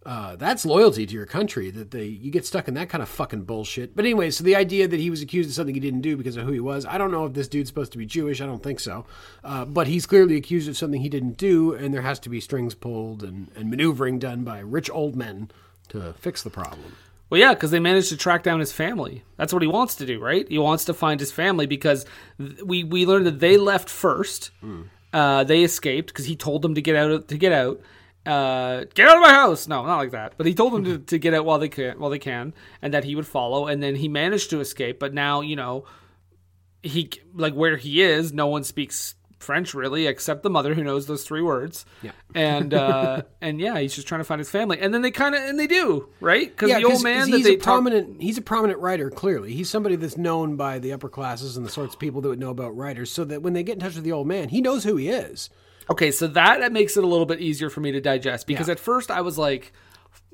C: Uh, that's loyalty to your country that they you get stuck in that kind of fucking bullshit. But anyway, so the idea that he was accused of something he didn't do because of who he was, I don't know if this dude's supposed to be Jewish. I don't think so, uh, but he's clearly accused of something he didn't do, and there has to be strings pulled and, and maneuvering done by rich old men to fix the problem.
D: Well, yeah, because they managed to track down his family. That's what he wants to do, right? He wants to find his family because th- we we learned that they left first.
C: Hmm.
D: Uh, they escaped because he told them to get out of, to get out. Uh, get out of my house! No, not like that. But he told them to, to get out while they can, while they can, and that he would follow. And then he managed to escape. But now you know he like where he is. No one speaks French really, except the mother who knows those three words.
C: Yeah. *laughs*
D: and uh, and yeah, he's just trying to find his family. And then they kind of and they do right because
C: Yeah,
D: the old
C: 'cause- 'cause
D: man that
C: he's
D: they
C: a
D: talk-
C: prominent he's a prominent writer. Clearly, he's somebody that's known by the upper classes and the sorts of people that would know about writers. So that when they get in touch with the old man, he knows who he is.
D: Okay, so that that makes it a little bit easier for me to digest because
C: Yeah.
D: at first I was like,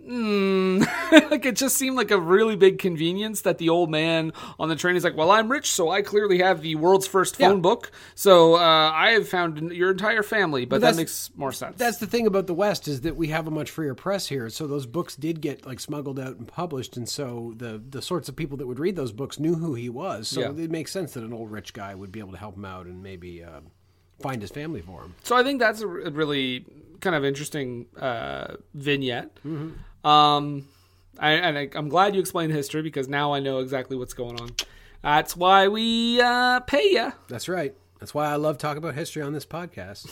D: hmm, *laughs* like it just seemed like a really big convenience that the old man on the train is like, well, I'm rich, so I clearly have the world's first phone
C: Yeah.
D: book, so uh, I have found your entire family. But, that
C: that's-
D: makes more sense.
C: That's the thing about the West is that we have a much freer press here, so those books did get like smuggled out and published, and so the the sorts of people that would read those books knew who he was. So
D: Yeah.
C: it makes sense that an old rich guy would be able to help him out and maybe uh, find his family for him.
D: So I think that's a r- a really kind of interesting uh, vignette.
C: Mm-hmm.
D: Um, I, and I, I'm glad you explained history because now I know exactly what's going on. That's why we uh, pay you.
C: That's right. That's why I love talking about history on this podcast.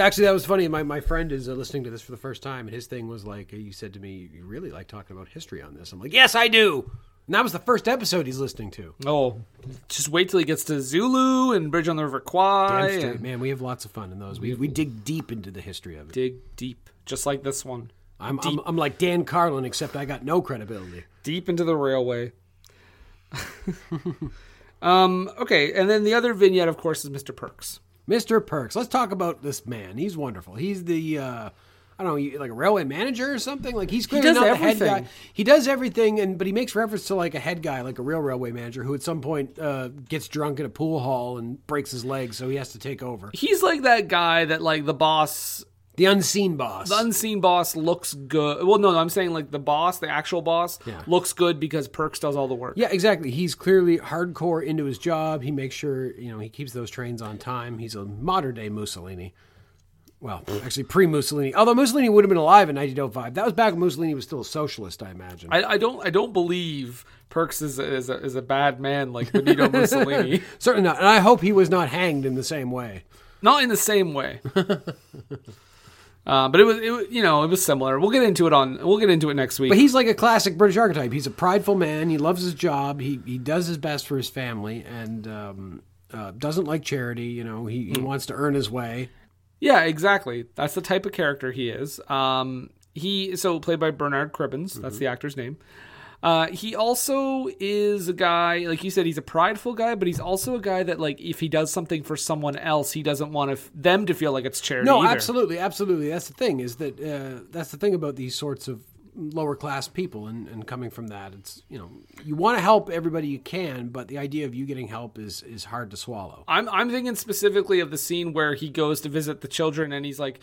C: Actually, that was funny. My, my friend is uh, listening to this for the first time, and his thing was like, he said to me, You really like talking about history on this? I'm like, Yes, I do. And that was the first episode he's listening to.
D: Oh, just wait till he gets to Zulu and Bridge on the River Kwai.
C: Damn straight,
D: and
C: man. We have lots of fun in those. We, we dig deep into the history of it.
D: Dig deep, just like this one,
C: I'm, I'm, I'm like Dan Carlin, except I got no credibility.
D: deep into the railway. *laughs* um, okay, and then the other vignette, of course, is Mr. Perks.
C: Mr. Perks, let's talk about this man. He's wonderful. He's the, uh, I don't know, like a railway manager or something. Like he's clearly
D: does
C: not the head
D: everything.
C: guy. He does everything, and but he makes reference to like a head guy, like a real railway manager, who at some point uh, gets drunk at a pool hall and breaks his leg, so he has to take over.
D: He's like that guy that like the boss
C: The unseen boss.
D: the unseen boss looks good. Well, no, no, I'm saying like the boss, the actual boss,
C: Yeah.
D: looks good because Perks does all the work.
C: yeah, exactly. He's clearly hardcore into his job. He makes sure you know he keeps those trains on time. He's a modern day Mussolini. Well, actually, pre Mussolini. Although Mussolini would have been alive in 1905. That was back when Mussolini was still a socialist, I imagine.
D: I, I don't, I don't believe Perks is a, is, a, is a bad man
C: *laughs*
D: like Benito Mussolini.
C: Certainly not. And I hope he was not hanged in the same way.
D: Not in the
C: *laughs*
D: same way. Uh, but it was, it, was- you know, it was similar. We'll get into it on. We'll get into it next week.
C: But he's like a classic British archetype. He's a prideful man. He loves his job. He, he does his best for his family and um, uh, doesn't like charity. You know, he, he wants to earn his way.
D: Yeah, exactly. That's the type of character he is. Um, he so played by Bernard Cribbins.
C: Mm-hmm.
D: That's the actor's name. Uh, he also is a guy, like you said, he's a prideful guy, but he's also a guy that, like, if he does something for someone else, he doesn't want to f- them to feel like it's charity.
C: No,
D: either.
C: absolutely, absolutely. That's the thing is that uh, that's the thing about these sorts of lower class people and, and coming from that. It's you know you want to help everybody you can, but the idea of you getting help is is hard to
D: *laughs*
C: swallow.
D: I'm I'm thinking specifically of the scene where he goes to visit the children and he's like,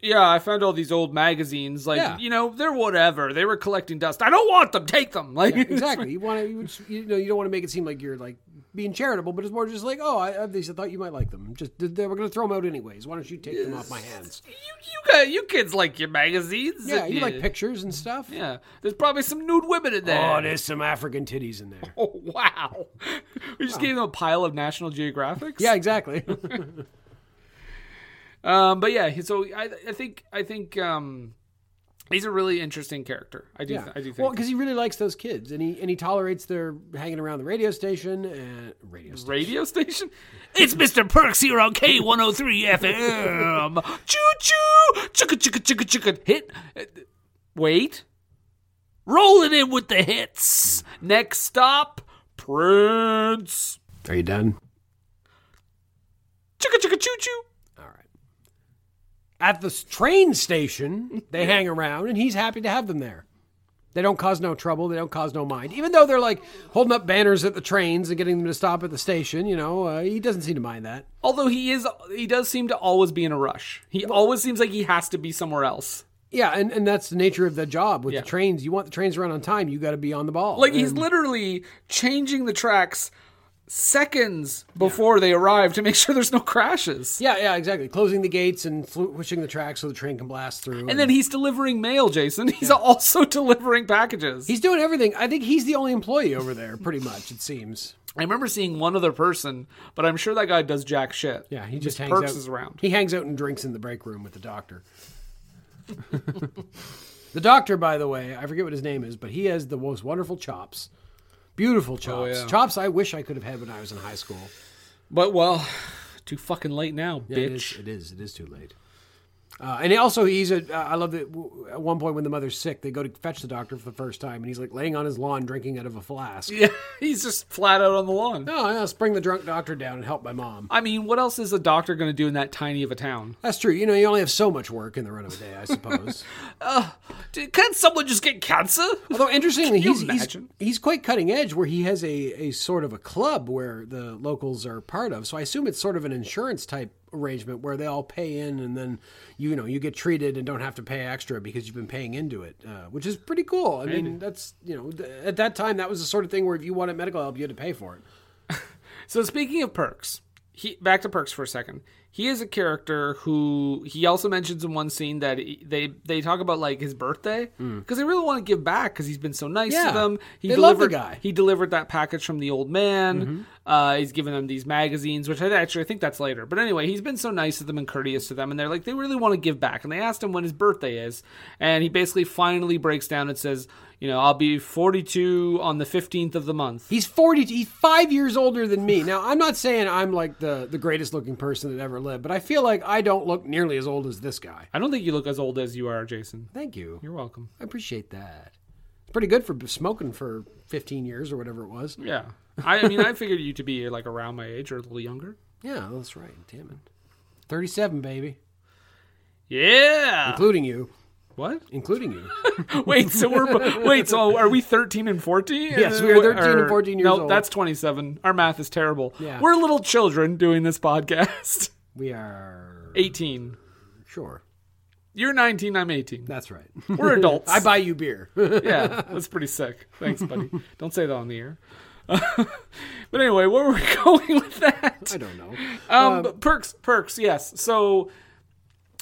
D: "Yeah, I found all these old magazines. Like,
C: Yeah.
D: you know, they're whatever. They were collecting dust. I don't want them. Take them. Like,
C: exactly. You want to you, would- you know you don't want to make it seem like you're like being charitable, but it's more just like oh I have these. I thought you might like them. Just they were going to throw them out anyways. Why don't you take them off my hands?
D: you *laughs* you got you kids like your magazines.
C: Yeah, you like
D: pictures.
C: pictures and stuff.
D: Yeah, there's probably some nude women in there.
C: Oh, there's some African titties in
D: *laughs*
C: there.
D: Oh, wow. We just gave them a pile of National Geographics.
C: Yeah, exactly. *laughs*
D: Um, but yeah, so I, I think I think um, He's a really interesting character. I do. I do think.
C: Well, because he really likes those kids, and he and he tolerates their hanging around the radio station and radio station.
D: radio station? It's Mr. Perks here on K103 FM. choo choo! Chicka chicka chicka chicka. Hit. uh, Wait. Rolling in with the hits. Next stop, Prince.
C: Are you done?
D: Chicka chicka choo choo.
C: At the s- train station, they hang around, and he's happy to have them there. They don't cause no trouble. They don't cause no mind. Even though they're like holding up banners at the trains and getting them to stop at the station, you know, uh, he doesn't seem to mind that.
D: Although he is, he does seem to always be in a rush. He always seems like he has to be somewhere else.
C: Yeah, and, and that's the nature of the job with
D: Yeah.
C: the trains. You want the trains to run on time, you got to be on the ball.
D: Like he's literally changing the tracks seconds before they arrive to make sure there's no crashes.
C: yeah, yeah, exactly. Closing the gates and flu- pushing the tracks so the train can blast through.
D: And then he's delivering mail, Jason. *laughs* He's also delivering packages.
C: He's doing everything. I think he's the only employee over there, pretty much. It seems.
D: I remember seeing one other person, but I'm sure that guy does jack shit.
C: Yeah, he just
D: Miss
C: hangs
D: Perks
C: out.
D: is around.
C: He hangs out and drinks in the break room with the *laughs* doctor. the doctor, by the way, I forget what his name is, but he has the most wonderful chops. Beautiful chops.
D: yeah.
C: Chops I wish I could have had when I was in high school.
D: But well, *sighs* too fucking late now,
C: Yeah, It is,
D: bitch.
C: it is. It is too late. Uh, and also, he's a. Uh, I love that. w- At one point, when the mother's sick, they go to fetch the doctor for the first time, and he's like laying on his lawn drinking out of a flask.
D: Yeah, *laughs* he's just flat out on the lawn.
C: Oh, yeah, let's bring the drunk doctor down and help my mom.
D: I mean, what else is a doctor going to do in that tiny of a town? *laughs*
C: That's true. You know, you only have so much work in the run of a day, I suppose.
D: Dude, can't someone just get cancer? *laughs*
C: Although interestingly,
D: Can you
C: he's, he's
D: imagine?
C: he's quite cutting edge, where he has a a sort of a club where the locals are part of. So I assume it's sort of an insurance type arrangement where they all pay in, and then you know you get treated and don't have to pay extra because you've been paying into it, uh, which is pretty cool. I mean, that's you know th- at that time that was the sort of thing where if you wanted medical help, you had to pay for it.
D: So speaking of perks, he back to perks for a second. He is a character who he also mentions in one scene that he- they they talk about like his birthday because they really want to give back because he's been so nice
C: Hmm. Yeah.
D: to them. He
C: They love the
D: delivered-
C: guy. Mm-hmm.
D: He delivered that package from the old man. Uh, he's given them these magazines, which I actually I think that's later. But anyway, he's been so nice to them and courteous to them, and they're like they really want to give back. And they asked him when his birthday is, and he basically finally breaks down and says, you know, I'll be 42 on the 15th of the month.
C: He's forty. He's five years older than me. Now I'm not saying I'm like the the greatest looking person that ever lived, but I feel like I don't look nearly as old as this guy.
D: I don't think you look as old as you are, Jason.
C: Thank you.
D: You're welcome.
C: I appreciate that. It's pretty good for b- smoking for 15 years or whatever it was.
D: Yeah. I, I mean, I figured you to be like around my age or a little younger.
C: Yeah, that's right. Damn it. 37, baby. *laughs*
D: Yeah.
C: Including you.
D: Ah. What?
C: Including you.
D: Wait. So we're bo- wait. So are we thirteen and fourteen?
C: Yes, we are 13 and 14 years
D: no,
C: old.
D: that's twenty-seven. Our math is terrible.
C: Yeah.
D: We're little children doing this podcast. *laughs*
C: We are.
D: Eighteen.
C: Sure.
D: You're nineteen. I'm eighteen.
C: That's right.
D: We're
C: *laughs*
D: adults.
C: I buy you beer.
D: yeah, that's pretty sick. Thanks, buddy. Don't say that on the air. *laughs* but anyway, where were we *laughs* going with that?
C: I don't know.
D: um, but perks perks yes so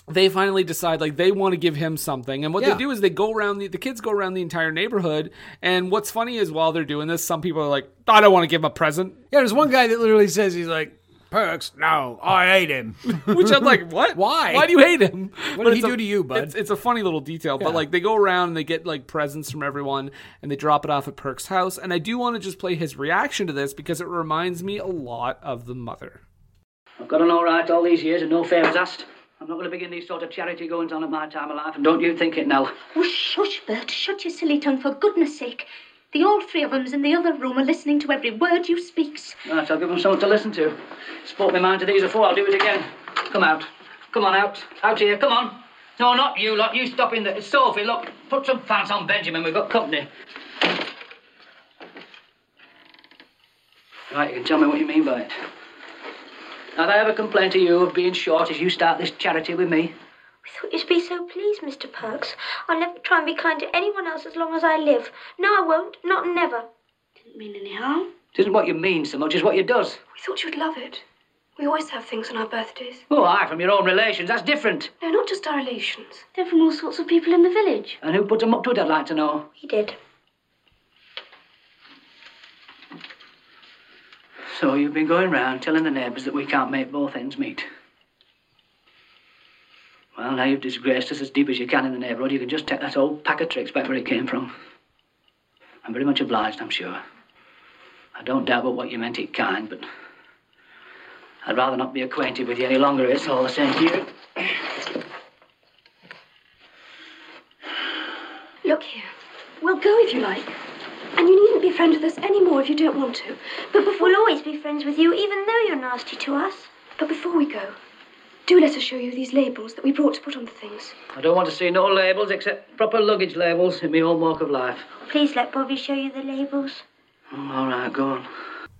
D: they finally decide like they want to give him something and what
C: Yeah.
D: they do is they go around the, the kids go around the entire neighborhood and what's funny is while they're doing this some people are like i don't want to give him a present *laughs*
C: Yeah, there's one guy that literally says, he's like, Perks, no, I hate him. *laughs*
D: which i'm like what
C: Why?
D: why do you hate him
C: What
D: But
C: did he
D: it's a-
C: do to you, bud?
D: it's, it's a funny little detail but like they go around and they get like presents from everyone and they drop it off at perk's house and i do want to just play his reaction to this because it reminds me a lot of the mother
I: I've got on all right all these years and no favours asked. I'm not going to begin these sort of charity goings on at my time of life, and don't you think it, Nell.
E: Oh, shush, Bert. Shut your silly tongue, for goodness sake. The all three of 'em's in the other room are listening to every word you speaks.
I: Right, I'll give them something to listen to. Spoke my mind to these afore, I'll do it again. Come out. Come on out. Out here, come on. No, not you lot. You stop in there. Sophie, look, put some pants on Benjamin. We've got company. Right, you can tell me what you mean by it. Have I ever complained to you of being short as you start this charity with me?
H: We thought you'd be so pleased, Mr. Perks. I'll never try and be kind to anyone else as long as I live. No, I won't. Not never.
G: Didn't mean any harm.
I: It isn't what you mean so much as what you does.
H: We thought you'd love it. We always have things on our birthdays.
I: Oh, aye, from your own relations. That's different.
H: No, not just our relations.
G: They're from all sorts of people in the village.
I: And who put them up to it, I'd like to know.
H: He did.
I: So you've been going round telling the neighbours that we can't make both ends meet. Well, now you've disgraced us as deep as you can in the neighbourhood. You can just take that old pack of tricks back where it came from. I'm very much obliged, I'm sure. I don't doubt but what you meant it kind, but I'd rather not be acquainted with you any longer. It's all the same to you.
H: Look here. We'll go if you like. And you needn't be a friend with us anymore if you don't want to. But before
E: We'll always be friends with you, even though you're nasty to us.
H: but before we go, do let us show you these labels that we brought to put on the things.
I: I don't want to see no labels except proper luggage labels in my own walk of life.
E: Please let Bobby show you the labels.
I: Oh, all right, go on.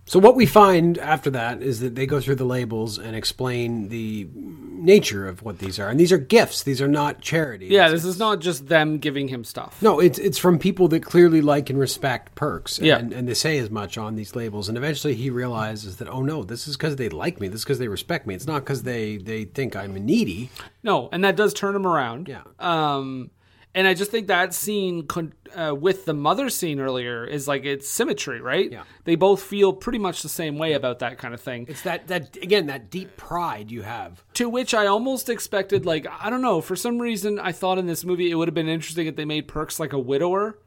C: So what we find after that is that they go through the labels and explain the nature of what these are, and these are gifts. These are not charity.
D: Yeah, this is not just them giving him stuff.
C: No, it's it's from people that clearly like and respect perks.
D: Yeah.
C: And, and they say as much on these labels. And eventually he realizes that, oh no, this is because they like me. This is because they respect me. It's not because they, they think I'm needy.
D: No, and that does turn him around.
C: Yeah.
D: Um, and I just think that scene con- uh, with the mother scene earlier is like it's symmetry, right?
C: Yeah.
D: They both feel pretty much the same way about that kind of thing.
C: It's that, that again, that deep pride you have.
D: to which I almost expected, like, I don't know, for some reason, I thought in this movie it would have been interesting if they made Perks like a widower.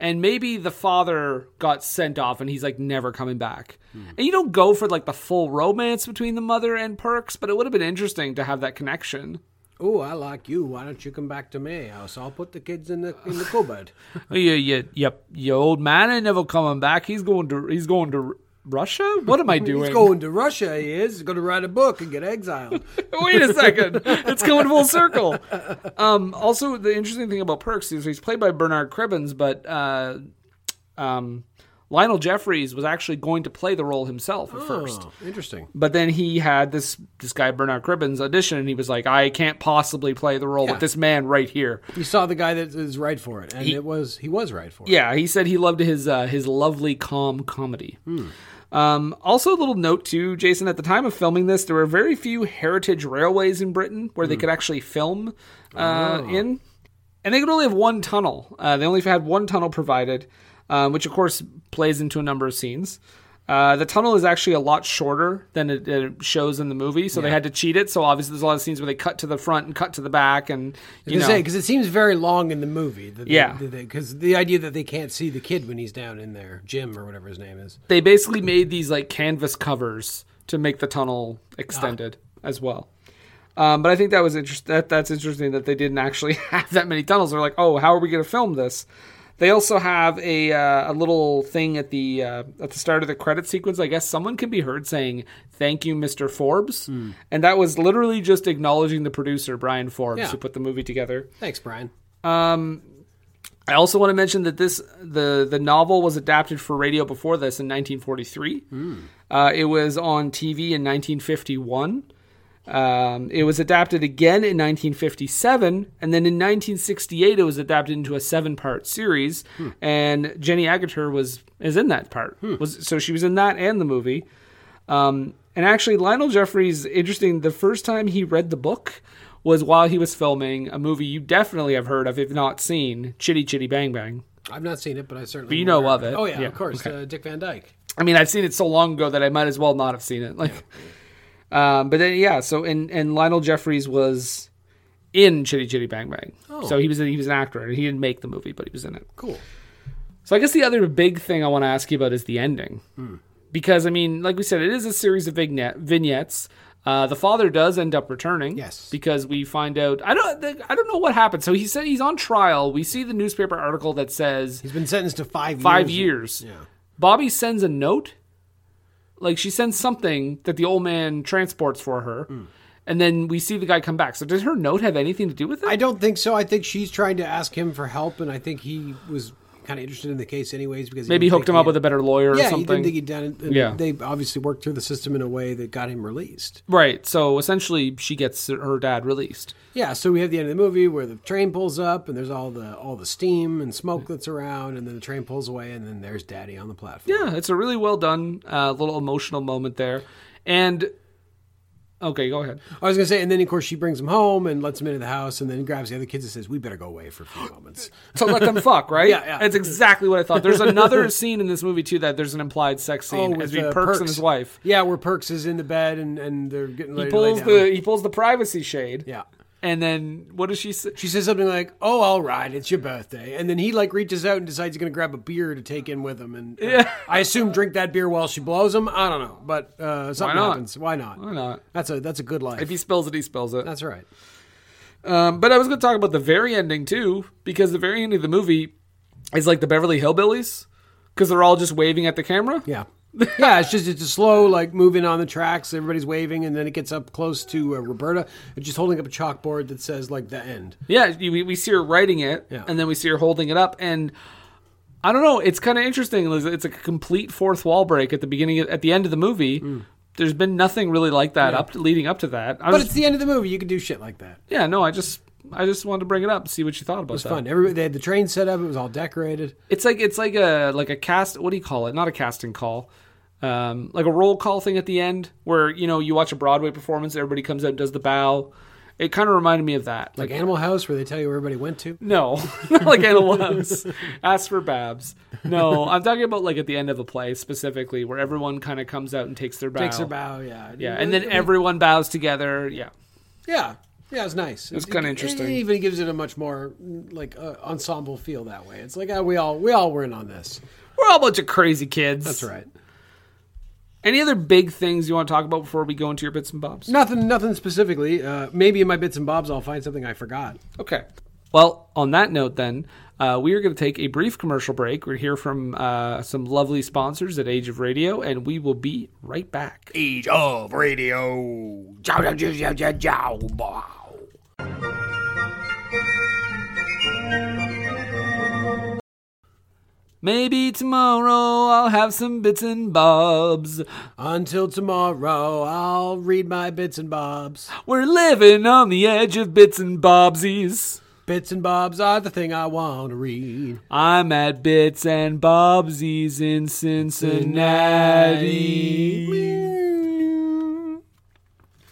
D: And maybe the father got sent off and he's like never coming back. And you don't go for like the full romance between the mother and Perks, but it would have been interesting to have that connection.
C: Oh, I like you. Why don't you come back to my house? I'll put the kids in the in the cupboard.
D: *laughs* Oh, Yeah, yeah, yep. Your old man ain't never coming back. He's going to he's going to R- Russia. What am I doing?
C: He's
D: *laughs*
C: going to Russia. He is. He's going to write a book and get exiled.
D: Wait a second,
C: *laughs*
D: it's going full circle. Um, also, the interesting thing about Perks is he's played by Bernard Cribbins, but uh, um, Lionel Jeffries was actually going to play the role himself at first.
C: Oh, interesting.
D: But then he had this this guy Bernard Cribbins audition, and he was like, "I can't possibly play the role
C: Yeah.
D: with this man right here."
C: You saw the guy that is right for it, and it was he was right for it.
D: Yeah, he said he loved his uh, his lovely calm comedy.
C: Hmm.
D: Um, also, a little note too, Jason. At the time of filming this, there were very few heritage railways in Britain where
C: Hmm.
D: they could actually film uh,
C: Oh.
D: in, and they could only have one tunnel. Uh, they only had one tunnel provided, um, which of course plays into a number of scenes. Uh, the tunnel is actually a lot shorter than it, it shows in the movie, so they had to cheat it. So obviously, there's a lot of scenes where they cut to the front and cut to the back, and you know,
C: because it seems very long in the movie. That they,
D: Yeah.
C: because the idea that they can't see the kid when he's down in there, Jim or whatever his name is.
D: they basically made these like canvas covers to make the tunnel extended as well. Um, but I think that was interesting. That, that's interesting that they didn't actually *laughs* have that many tunnels. They're like, oh, how are we going to film this? They also have a uh, a little thing at the uh, at the start of the credit sequence. I guess someone can be heard saying "Thank you, Mr. Forbes," and that was literally just acknowledging the producer Brian Forbes
C: Yeah.
D: who put the movie together.
C: Thanks, Brian.
D: I also want to mention that this the the novel was adapted for radio before this in 1943. Uh, it was on TV in 1951. Um, it was adapted again in 1957, and then in 1968 it was adapted into a seven part series. And Jenny Agutter was is in that part. Was so she was in that and the movie. Um, and actually, Lionel Jeffries, interesting, the first time he read the book was while he was filming a movie you definitely have heard of, if not seen, Chitty Chitty Bang Bang.
C: I've not seen it, but I certainly.
D: But you know
C: will-
D: of it.
C: Oh yeah,
D: Yeah,
C: of course. Uh, Dick Van Dyke.
D: I mean, I've seen it so long ago that I might as well not have seen it. Like, um, but then yeah. So and and Lionel Jeffries was in Chitty Chitty Bang Bang. So he was he was an actor and he didn't make the movie, but he was in it.
C: Oh. Cool.
D: So I guess the other big thing I want to ask you about is the ending,
C: Hmm.
D: because I mean, like we said, it is a series of vignette, vignettes. Uh, the father does end up returning,
C: Yes.
D: because we find out I don't I don't know what happened. So he said he's on trial. We see the newspaper article that says
C: He's been sentenced to five
D: five
C: years.
D: years. Bobby sends a note. Like she sends something that the old man transports for her.
C: Mm.
D: And then we see the guy come back. So did her note have anything to do with it?
C: I don't think so. I think she's trying to ask him for help, and I think he was kind of interested in the case anyways because he
D: Maybe
C: didn't
D: hooked
C: think
D: him up
C: he-
D: with a better
C: Yeah,
D: lawyer or
C: he didn't
D: something.
C: think he'd done it. and
D: Yeah.
C: they obviously worked through the system in a way that got him released.
D: right. So essentially she gets her dad released.
C: Yeah, so we have the end of the movie where the train pulls up and there's all the all the steam and smoke that's around, and then the train pulls away, and then there's Daddy on the platform.
D: Yeah, it's a really well done uh, little emotional moment there. And okay, go ahead.
C: I was gonna say, and then of course she brings him home and lets him into the house, and then grabs the other kids and says, "We better go away for a few
D: *gasps*
C: moments."
D: So let them
C: *laughs*
D: fuck, right?
C: Yeah, yeah.
D: That's exactly what I thought.
C: *laughs*
D: There's another scene in this movie too that there's an implied sex scene as we
C: uh,
D: Oh, Perks, and his wife.
C: Yeah, where Perks is in the bed and and they're getting
D: He
C: ready to lay
D: pulls
C: down.
D: the he pulls the privacy shade.
C: yeah.
D: And then what does she say?
C: She says something like, "Oh, all right, it's your birthday," and then he like reaches out and decides he's going to grab a beer to take in with him. And uh, I assume drink that beer while she blows him. I don't know, but uh, something
D: not?
C: happens. Why not?
D: Why not?
C: That's a that's a good life.
D: If he spells it, he spells it.
C: that's right.
D: Um, but I was going to talk about the very ending too, because the very end of the movie is like the Beverly Hillbillies, because they're all just waving at the camera.
C: Yeah. yeah, it's just it's a slow like moving on the tracks. Everybody's waving, and then it gets up close to uh, Roberta, and she's holding up a chalkboard that says like the end.
D: Yeah, you, we, we see her writing it,
C: Yeah.
D: and then we see her holding it up, and I don't know. It's kind of interesting. Liz, It's a complete fourth wall break at the beginning, at the end of the movie. There's been nothing really like that up leading up to that.
C: Mm.
D: I
C: But
D: was,
C: it's the end of the movie. You can do shit like that.
D: yeah, no, I just I just wanted to bring it up, and see what you thought about
C: It's
D: that.
C: fun. Everybody they had the train set up. It was all decorated.
D: It's like it's like a like a cast. What do you call it? Not a casting call. Um, like a roll call thing at the end, where you know you watch a Broadway performance, everybody comes out and does the bow. It kind of reminded me of that.
C: Like Animal House, where they tell you where everybody went to.
D: No, *laughs* not like Animal House. Ask for Babs. No, I'm talking about like at the end of a play specifically, where everyone kind of comes out and takes their bow.
C: Takes her bow. Yeah.
D: Yeah, and then everyone bows together. Yeah,
C: Yeah. Yeah, it's nice. It's
D: kinda interesting.
C: It, even gives it a much more like uh, ensemble feel that way. It's like ah, we all we all were in on this.
D: we're all a bunch of crazy kids.
C: That's right.
D: Any other big things you want to talk about before we go into your bits and bobs?
C: Nothing, nothing specifically. Uh, maybe in my bits and bobs, I'll find something I forgot.
D: Okay. Well, on that note, then, uh, we are going to take a brief commercial break. We're here from uh, some lovely sponsors at Age of Radio, and we will be right back.
J: Age of Radio. Ciao, ciao, ciao, ciao, ciao, ciao. Wow.
D: Maybe tomorrow I'll have some bits and bobs.
C: Until tomorrow, I'll read my bits and bobs.
D: We're living on the edge of bits and bobsies.
C: Bits and bobs are the thing I want to read.
D: I'm at Bits and Bobsies in Cincinnati.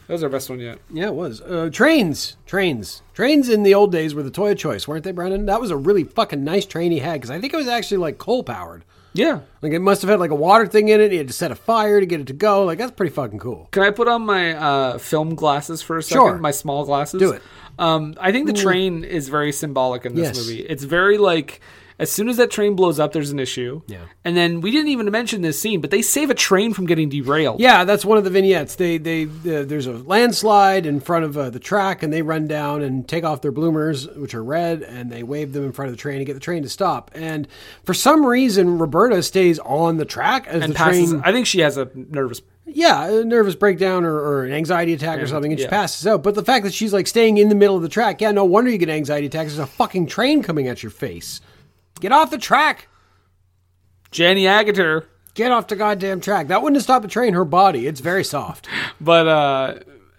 D: That was our best one yet.
C: Yeah, it was uh, trains, trains, trains. In the old days were the toy of choice, weren't they, Brendan? That was a really fucking nice train he had because I think it was actually like coal powered.
D: Yeah.
C: Like it must have had like a water thing in it. He had to set a fire to get it to go. Like that's pretty fucking cool.
D: Can I put on my uh, film glasses for a second?
C: Sure.
D: My small glasses.
C: Do it.
D: Um, I think the train is very symbolic in
C: Yes.
D: this movie. It's very like as soon as that train blows up, there's an issue.
C: Yeah.
D: And then we didn't even mention this scene, but they save a train from getting derailed.
C: Yeah, that's one of the vignettes. They they uh, there's a landslide in front of uh, the track, and they run down and take off their bloomers, which are red, and they wave them in front of the train to get the train to stop. And for some reason, Roberta stays on the track as
D: And
C: the
D: passes.
C: train.
D: I think she has a nervous.
C: yeah, a nervous breakdown or, or an anxiety attack or something, and
D: yeah.
C: she passes out. But the fact that she's like staying in the middle of the track, yeah, no wonder you get anxiety attacks. There's a fucking train coming at your face. Get off the track.
D: Jenny Agutter.
C: Get off the goddamn track. That wouldn't have stopped the train. Her body, it's very soft.
D: But uh,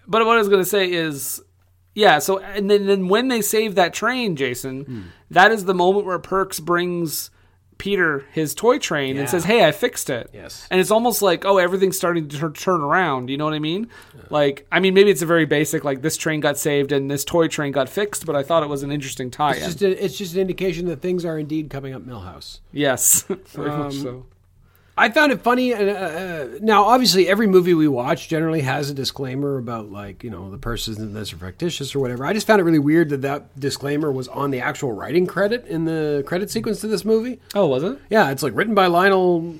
D: but what I was gonna say is, yeah. So and then then when they save that train, Jason,
C: Hmm.
D: that is the moment where Perks brings Peter his toy train and says, "Hey, I fixed it."
C: Yes.
D: And it's almost like, oh, everything's starting to tur- turn around. You know what I mean? Like, I mean, maybe it's a very basic, like this train got saved and this toy train got fixed. But I thought it was an interesting tie-in.
C: It's just, a, it's just an indication that things are indeed coming up Millhouse. *laughs*
D: yes, Um, very much so.
C: I found it funny. And uh, uh, now, obviously, every movie we watch generally has a disclaimer about like you know the person that's fictitious or whatever. I just found it really weird that that disclaimer was on the actual writing credit in the credit sequence to this movie.
D: Oh, was it
C: Yeah, it's like written by Lionel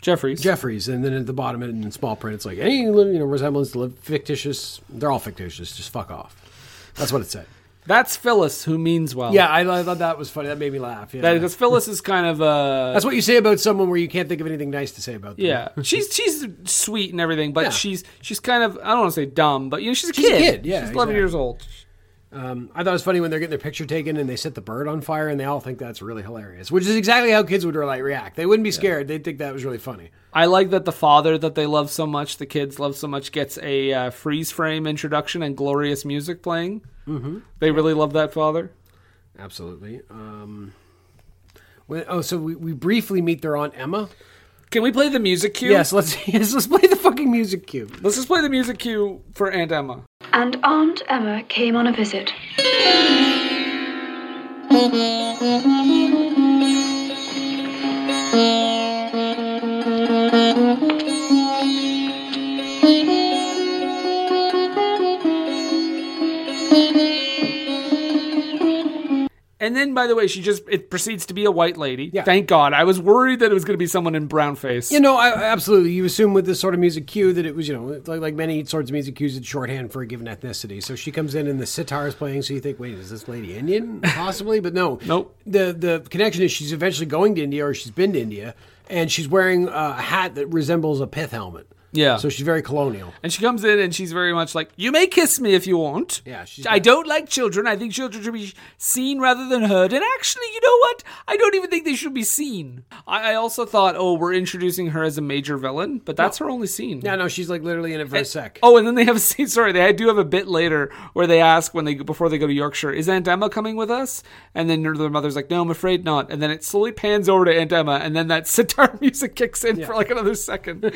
D: Jeffries?
C: Jeffries, and then at the bottom in in small print, it's like any you know resemblance to li- fictitious. They're all fictitious. Just fuck off. That's what it said.
D: That's Phyllis, who means well.
C: Yeah, I, I thought that was funny. That made me laugh. Yeah.
D: because Phyllis is kind of uh,
C: that's what you say about someone where you can't think of anything nice to say about them. *laughs*
D: Yeah, she's she's sweet and everything, but
C: Yeah.
D: she's she's kind of I don't want to say dumb, but you know she's a
C: She's a
D: kid.
C: kid, yeah,
D: she's
C: exactly.
D: eleven years old.
C: I thought it was funny when they're getting their picture taken and they set the bird on fire and they all think that's really hilarious, which is exactly how kids would like react. They wouldn't be scared; they'd think that was really funny.
D: I like that the father that they love so much, the kids love so much, gets a uh, freeze frame introduction and glorious music playing. Mm-hmm. They really love that father.
C: Absolutely. Um, when, oh, so we, we briefly meet their aunt Emma.
D: Can we play the music cue?
C: Yes, let's *laughs* yes, let's play the fucking music cue.
D: Let's just play the music cue for Aunt Emma.
H: And Aunt Emma came on a visit.
D: And then, by the way, she just it proceeds to be a white lady. Yeah. Thank God. I was worried that it was going to be someone in brown face.
C: You know, I, I absolutely. You assume with this sort of music cue that it was, you know, like, like many sorts of music cues, it's shorthand for a given ethnicity. So she comes in and the sitar is playing. So you think, wait, is this lady Indian? Possibly, but no.
D: *laughs* Nope.
C: The the connection is she's eventually going to India or she's been to India, and she's wearing a hat that resembles a pith helmet.
D: Yeah.
C: So she's very colonial.
D: And she comes in and she's very much like, "You may kiss me if you want."
C: Yeah, she's
D: I don't like children. I think children should be seen rather than heard. And actually, you know what? I don't even think they should be seen. I, I also thought, oh, we're introducing her as a major villain, but that's her only scene.
C: Yeah, no, she's like literally in it for a sec.
D: Oh, and then they have a scene. *laughs* Sorry, they do have a bit later where they ask when they before they go to Yorkshire, "Is Aunt Emma coming with us?" And then their mother's like, "No, I'm afraid not." And then it slowly pans over to Aunt Emma, and then that *laughs* sitar music kicks in for like
C: *laughs*
D: another second.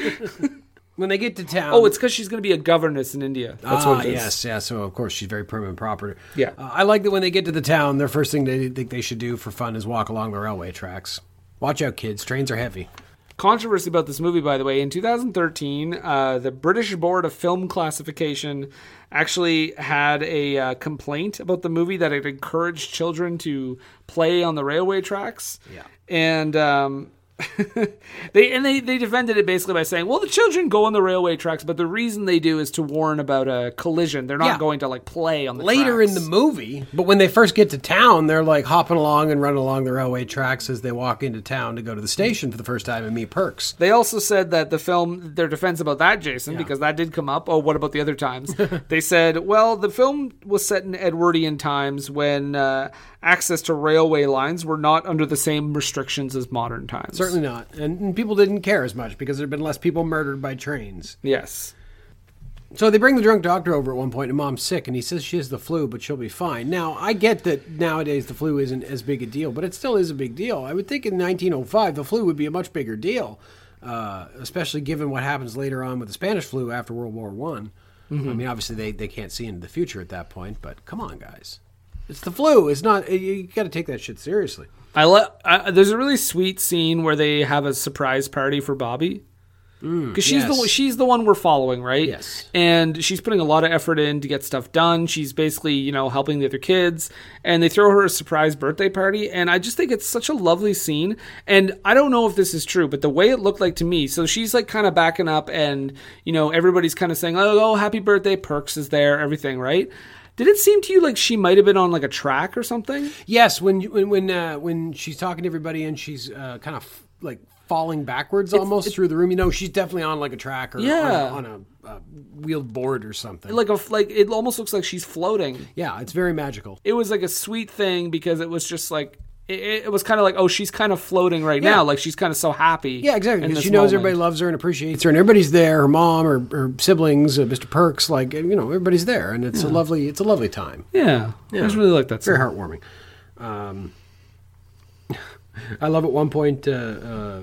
C: When they get to town.
D: Oh, it's because she's going to be a governess in India. That's
C: ah,
D: what it is.
C: yes, yeah. So of course she's very prim and proper.
D: Yeah.
C: Uh, I like that when they get to the town, their first thing they think they should do for fun is walk along the railway tracks. Watch out, kids! Trains are heavy.
D: Controversy about this movie, by the way, in 2013, uh, the British Board of Film Classification actually had a uh, complaint about the movie that it encouraged children to play on the railway tracks.
C: Yeah.
D: And um, *laughs* they and they, they defended it basically by saying, well, the children go on the railway tracks, but the reason they do is to warn about a collision. They're not
C: Yeah.
D: going to like play on the
C: Later
D: tracks.
C: in the movie, but when they first get to town, they're like hopping along and running along the railway tracks as they walk into town to go to the station for the first time and meet Perks.
D: They also said that the film, their defense about that, Jason, because that did come up. Oh, what about the other times? they said, well, the film was set in Edwardian times when uh, access to railway lines were not under the same restrictions as modern times.
C: Certainly not, and, and people didn't care as much because there'd been less people murdered by trains.
D: Yes.
C: So they bring the drunk doctor over at one point, and mom's sick, and he says she has the flu, but she'll be fine. Now, I get that nowadays the flu isn't as big a deal, but it still is a big deal. I would think in 1905 the flu would be a much bigger deal, uh, especially given what happens later on with the Spanish flu after World War One. I. mean, obviously they, they can't see into the future at that point, but come on, guys. It's the flu. It's not, you, you got to take that shit seriously.
D: I lo- I, There's a really sweet scene where they have a surprise party for Bobby. Because she's
C: Mm, yes.
D: the she's the one we're following, right?
C: Yes.
D: And she's putting a lot of effort in to get stuff done. She's basically, you know, helping the other kids. And they throw her a surprise birthday party. And I just think it's such a lovely scene. And I don't know if this is true, but the way it looked like to me, so she's like kind of backing up and, you know, everybody's kind of saying, oh, oh, happy birthday, Perks is there, everything, right? Did it seem to you like she might have been on like a track or something?
C: Yes, when you- when when uh, when she's talking to everybody and she's uh, kind of f- like falling backwards almost through the room. You know, she's definitely on like a track or
D: Yeah.
C: on a, on a uh, wheeled board or something.
D: Like a like it almost looks like she's floating.
C: yeah, it's very magical.
D: it was like a sweet thing because it was just like it, it was kind of like oh she's kind of floating right now like she's kind of so happy
C: Yeah, exactly.
D: in
C: 'cause
D: this
C: She knows
D: moment.
C: everybody loves her and appreciates her, and everybody's there. Her mom, her, her siblings, uh, Mr. Perks, like you know, everybody's there, and it's a lovely, it's a lovely time.
D: yeah, I just really like that
C: Very
D: scene.
C: heartwarming. Um, I love at one point uh, uh,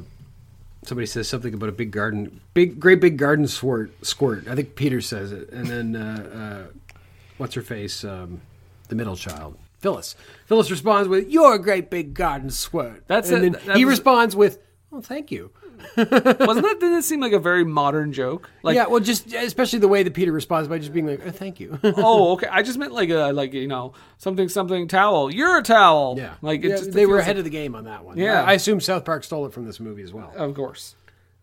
C: somebody says something about a big garden, big great big garden squirt. Squirt. I think Peter says it, and then uh, uh, what's her face, um, the middle child, Phyllis. Phyllis responds with "Your great big garden squirt."
D: That's
C: and
D: it.
C: Then
D: That
C: he
D: was-
C: responds with, "Oh, thank you."
D: wasn't that didn't it seem like a very modern joke like
C: yeah, well, just especially the way that Peter responds by just being like, oh, "Thank you." *laughs*
D: oh okay I just meant like a like you know something something towel you're a towel
C: yeah,
D: like it
C: yeah,
D: just,
C: they were ahead of the game on that one.
D: Yeah.
C: I assume South Park stole it from this movie as well.
D: of course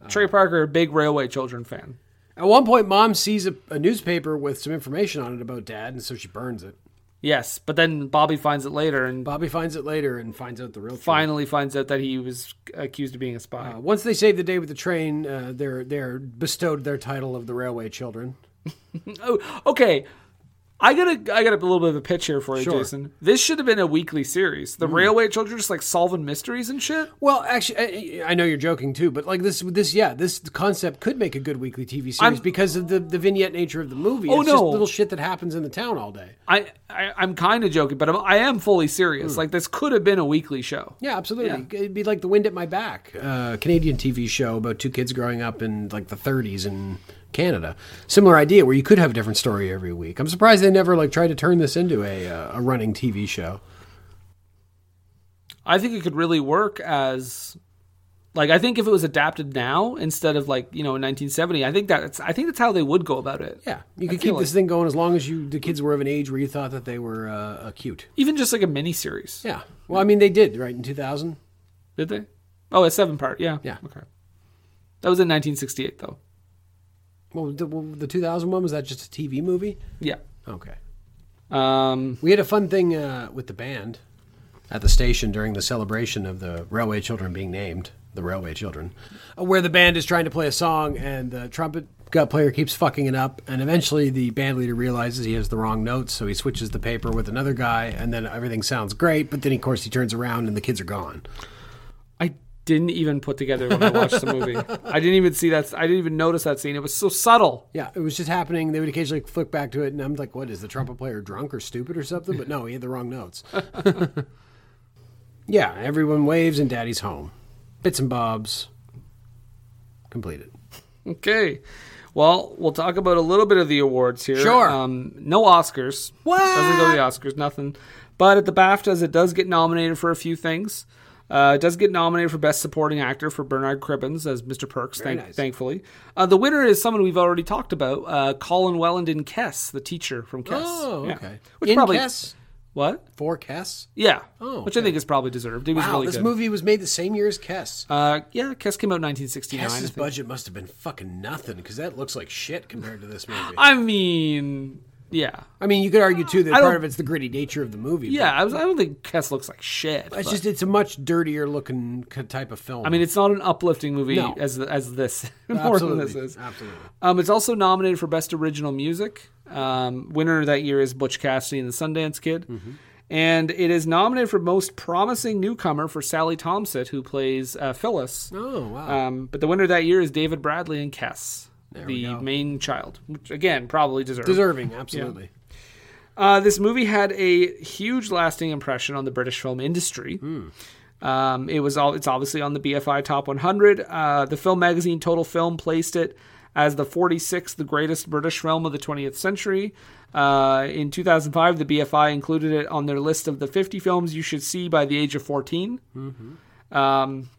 C: Uh,
D: Trey Parker big railway children fan
C: At one point, mom sees a, a newspaper with some information on it about dad, and so she burns it.
D: yes but then Bobby finds it later and
C: Bobby finds it later and finds out the real truth.
D: finally finds out that he was accused of being a spy
C: Uh, once they save the day with the train, uh, they're they're bestowed their title of the railway children.
D: Oh, okay. I gotta, I got a little bit of a pitch here for you,
C: Sure. Mm.
D: Jason. This should have been a weekly series. The Railway Children just like solving mysteries and shit.
C: Well, actually, I, I know you're joking too, but like this this yeah this concept could make a good weekly TV series
D: I'm-
C: because of the, the vignette nature of the movie.
D: Oh,
C: it's just
D: no.
C: little shit that happens in the town all day.
D: I, I I'm kind of joking, but I'm, I am fully
C: Mm.
D: serious. Like this could have been a weekly show.
C: Yeah, absolutely. It'd be like the wind at my back, uh, Canadian TV show about two kids growing up in like the 30s in Canada. Similar idea where you could have a different story every week. I'm surprised they never like tried to turn this into a uh, a running TV show.
D: I think it could really work as Like I think if it was adapted now instead of like you know in 1970, I think that's I think that's how they would go about it.
C: Yeah, you could keep this thing going as long as you the kids were of an age where you thought that they were uh, cute.
D: Even just like a mini series.
C: Yeah. Well, I mean, they did right in 2000.
D: Did they? Oh, a seven part. Yeah.
C: Yeah.
D: Okay. That was in 1968 though.
C: Well, the, well, the 2000 one was that just a TV movie?
D: Yeah.
C: Okay.
D: Um,
C: we had a fun thing uh, with the band at the station during the celebration of the railway children being named the railway children, uh, where the band is trying to play a song and the trumpet gut player keeps fucking it up, and eventually the band leader realizes he has the wrong notes, so he switches the paper with another guy, and then everything sounds great. But then, of course, he turns around and the kids are gone.
D: I didn't even put together when I watched
C: *laughs*
D: the movie. I didn't even see that. I didn't even notice that scene. It was so subtle.
C: Yeah, it was just happening. They would occasionally flick back to it, and I'm like, "What is the trumpet player drunk or stupid or something?" But no, he had the wrong notes. *laughs* yeah, everyone waves, and Daddy's home. Bits and bobs. Completed.
D: Okay. Well, we'll talk about a little bit of the awards here.
C: Sure.
D: Um, no Oscars.
C: What?
D: Doesn't go to the Oscars, nothing. But at the BAFTAs, it does get nominated for a few things. Uh, it does get nominated for Best Supporting Actor for Bernard Cribbins as Mr. Perks,
C: Very
D: thank-
C: nice.
D: thankfully. Uh, the winner is someone we've already talked about, uh, Colin Wellenden Kess, the teacher from Kess.
C: Oh,
D: Yeah.
C: okay.
D: Which
C: In
D: probably
C: Kess?
D: What?
C: Four Kess.
D: Yeah.
C: Oh,
D: Which I think is probably deserved. It was
C: Wow,
D: really
C: this
D: good.
C: movie was made the same year as Kess.
D: Uh, yeah, Kess came out in 1969. I
C: Kess's
D: think.
C: budget must have been fucking nothing because that looks like shit compared to this movie.
D: I mean, yeah.
C: *laughs* I mean, you could argue too that
D: I don't-
C: part of it's the gritty nature of the movie.
D: Yeah, I, was, I don't think Kess looks like shit.
C: but it's
D: but-
C: just it's a much dirtier looking k- type of film.
D: I mean, it's not an uplifting movie
C: No.
D: as as this *laughs* more than
C: absolutely,
D: this is.
C: absolutely.
D: Um, it's also nominated for best original music. Um, winner that year is Butch Cassidy and the Sundance Kid,
C: Mm-hmm.
D: and it is nominated for most promising newcomer for Sally Thompson, who plays uh, Phyllis.
C: Oh wow.
D: Um, but the winner that year is David Bradley and Kess,
C: we
D: the
C: go.
D: main child, which again probably deserved.
C: Deserving, absolutely.
D: Uh, this movie had a huge lasting impression on the British film industry. Um, it was all, it's obviously on the BFI Top 100. Uh, the film magazine Total Film placed it as the 46th greatest British film of the 20th century. Uh, in 2005, the BFI included it on their list of the 50 films you should see by the age of 14. Um,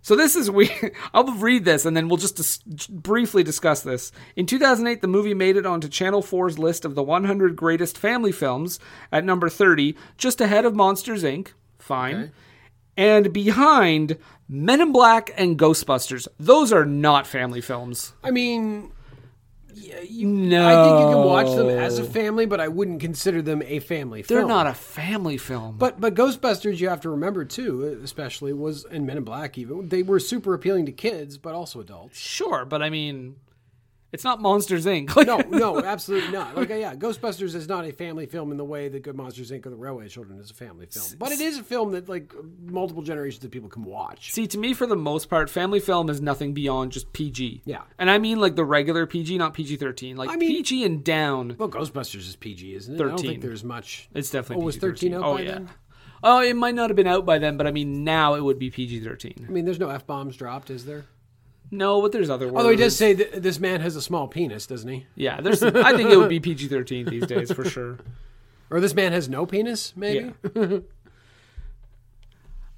D: so this is weird. *laughs* I'll read this and then we'll just dis- briefly discuss this. In 2008, the movie made it onto Channel 4's list of the 100 greatest family films at number 30, just ahead of Monsters Inc. Fine. And behind Men in Black and Ghostbusters. Those are not family films.
C: I mean,
D: No.
C: I think you can watch them as a family, but I wouldn't consider them a family
D: They're
C: film.
D: not a family film.
C: But but Ghostbusters, you have to remember too, especially was and Men in Black even they were super appealing to kids, but also adults.
D: sure, but I mean, it's not Monsters Inc. Like-
C: No, no,
D: *laughs*
C: absolutely not. Like yeah, Ghostbusters is not a family film in the way that Good Monsters Inc. or The Railway Children is a family film, but it is a film that like multiple generations of people can watch.
D: See, to me, for the most part, family film is nothing beyond just PG.
C: Yeah.
D: And I mean like the regular PG, not PG 13. Like
C: I mean-
D: PG and down,
C: Well, Ghostbusters is PG, isn't it? I don't
D: 13.
C: think there's much.
D: it's
C: Oh,
D: definitely
C: was
D: PG
C: 13 out
D: oh,
C: by
D: yeah.
C: then?
D: Oh, it might not have been out by then, but I mean, now it would be PG
C: I
D: 13.
C: mean, there's no f bombs dropped, is there?
D: No, but there's other words.
C: Although he does say th- this man has a small penis, doesn't he?
D: Yeah, there's. I think it would be PG 13 these days for sure.
C: Or this man has no penis, maybe?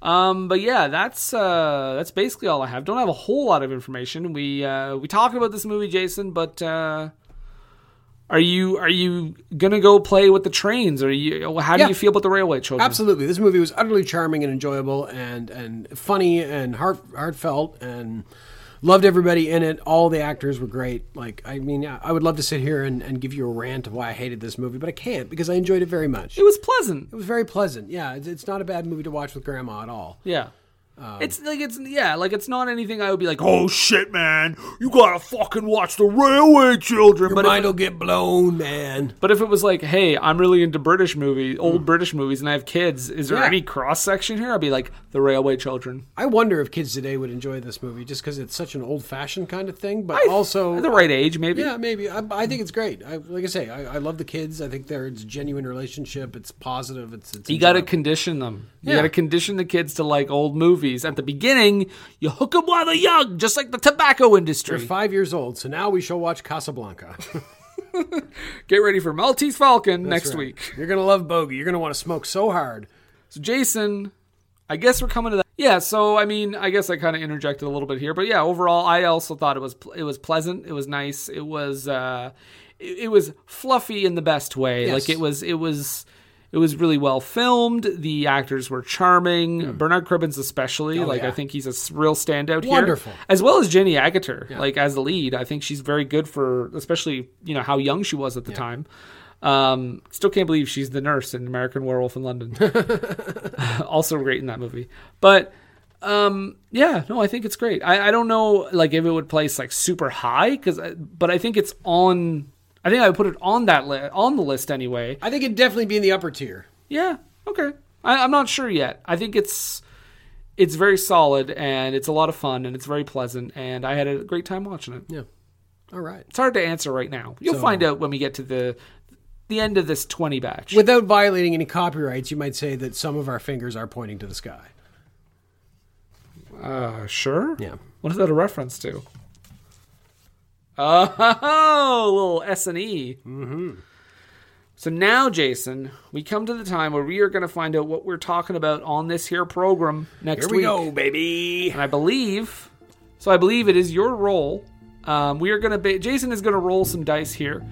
D: Um, but yeah, that's uh, that's basically all I have. Don't have a whole lot of information. We uh, we talked about this movie, Jason, but uh, are you are you gonna go play with the trains? Or you how do
C: Yeah.
D: you feel about the railway
C: *laughs*
D: children?
C: Absolutely. This movie was utterly charming and enjoyable and, and funny and heart, heartfelt and loved everybody in it. All the actors were great. Like, I mean, I I would love to sit here and, and give you a rant of why I hated this movie, but I can't because I enjoyed it very much.
D: It was pleasant.
C: It was very pleasant. Yeah, it's, it's not a bad movie to watch with grandma at all.
D: Yeah. it's like it's yeah, like it's not anything I would be like,
J: Oh
D: oh,
J: shit, man! You gotta fucking watch the Railway Children.
C: Your
J: But
C: mind will get blown, man.
D: but if it was like, hey, I'm really into British movie, old British movies, and I have kids, is there
C: Yeah.
D: any cross section here? I'd be like, the Railway Children,
C: I wonder if kids today would enjoy this movie just because it's such an old fashioned kind of thing, but
D: I-
C: also.
D: at the right age, maybe.
C: Yeah, maybe. I, I think it's great. I, like I say, I, I love the kids. I think they're it's a genuine relationship. It's positive. It's, it's
D: You got to
C: enjoyable.
D: condition them. You
C: Yeah.
D: got to condition the kids to like old movies. At the beginning, you hook them while they're young, just like the tobacco
C: They're
D: industry.
C: five years old, so now we shall watch Casablanca *laughs*
D: Get ready for Maltese Falcon next
C: That's right.
D: week.
C: You're gonna love Bogey. You're gonna want to smoke so hard.
D: So, Jason, I guess we're coming to that Yeah, so I mean, I guess I kind of interjected a little bit here, but yeah, overall, I also thought it was it was pleasant. It was nice. It was uh, it, it was fluffy in the best way.
C: Yes.
D: Like it was it was it was really well filmed. The actors were charming. Bernard Cribbins especially.
C: Hmm. Oh,
D: like
C: yeah.
D: I think he's a s- real standout here.
C: Wonderful.
D: as well as Jenny Agutter. Like as the lead, I think she's very good for especially you know how young she was at the time. Um, still can't believe she's the nurse in American Werewolf in London. *laughs* also great in that movie. But um, yeah, no, I think it's great. I, I don't know like if it would place like super high because, but I think it's on. I think I would put it on that li- on the list anyway.
C: I think it'd definitely be in the upper tier.
D: Yeah. Okay. I, I'm not sure yet. I think it's it's very solid and it's a lot of fun and it's very pleasant and I had a great time watching it.
C: Yeah. All right.
D: It's hard to answer right now. You'll
C: So-
D: find out when we get to the the end of this 20 batch.
C: Without violating any copyrights, you might say that some of our fingers are pointing to the sky.
D: Uh, sure.
C: Yeah.
D: What is that a reference to? Oh, little S and E. Mm-hmm. So now, Jason, we come to the time where we are going to find out what we're talking about on this here program next
J: Here we
D: week.
J: go, baby.
D: And I believe, so I believe it is your role. Um, we are going to, ba- Jason is going to roll some dice here.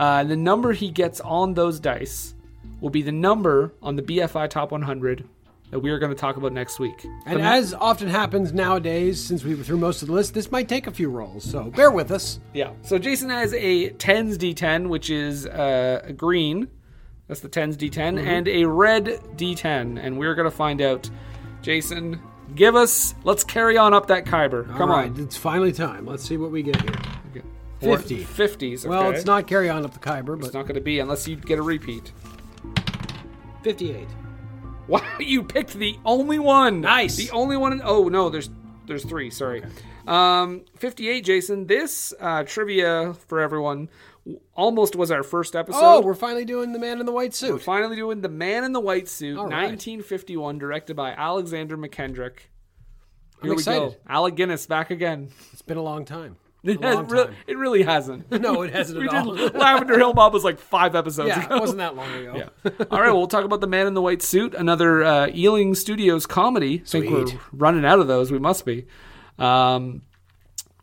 D: Uh, the number he gets on those dice will be the number on the BFI Top 100 that we are going to talk about next week.
C: And
D: The-
C: as often happens nowadays, since we were through most of the list, this might take a few rolls, so bear with us.
D: Yeah. So Jason has a tens d10, which is uh, a green. That's the tens d10,
C: Mhm.
D: and a red d10, and we're gonna find out. Jason, give us. Let's carry on up that Kyber.
C: All
D: Come
C: right,
D: on.
C: It's finally time. Let's see what we get here.
D: Four-
C: 50.
D: 50s.
C: Well,
D: okay.
C: it's not carry on up the Kyber,
D: It's
C: but
D: not gonna be unless you get a repeat. *laughs*
C: 58.
D: Wow, you picked the only one.
C: Nice.
D: The only one. In, oh no, there's there's three. Sorry. Um, 58, Jason. This uh, trivia for everyone w- almost was our first episode.
C: oh, we're finally doing the man in the white
D: We're
C: suit.
D: finally doing The Man in the White Suit,
C: All right.
D: 1951, directed by Alexander McKendrick.
C: I'm
D: Here we go.
C: excited.
D: Alec Guinness back again. *laughs*
C: It's been a long time. A
D: It, has
C: long
D: re-
C: time.
D: it really hasn't.
C: *laughs* No, it
D: *laughs*
C: hasn't
D: we
C: at all.
D: did Lavender Hill Mob was like five
C: *laughs*
D: episodes
C: Yeah,
D: ago.
C: it wasn't that long ago.
D: All right, well, we'll talk about The Man in the White Suit, another uh, Ealing Studios comedy. I think
C: Sweet.
D: we're running out of those. We must be. Um,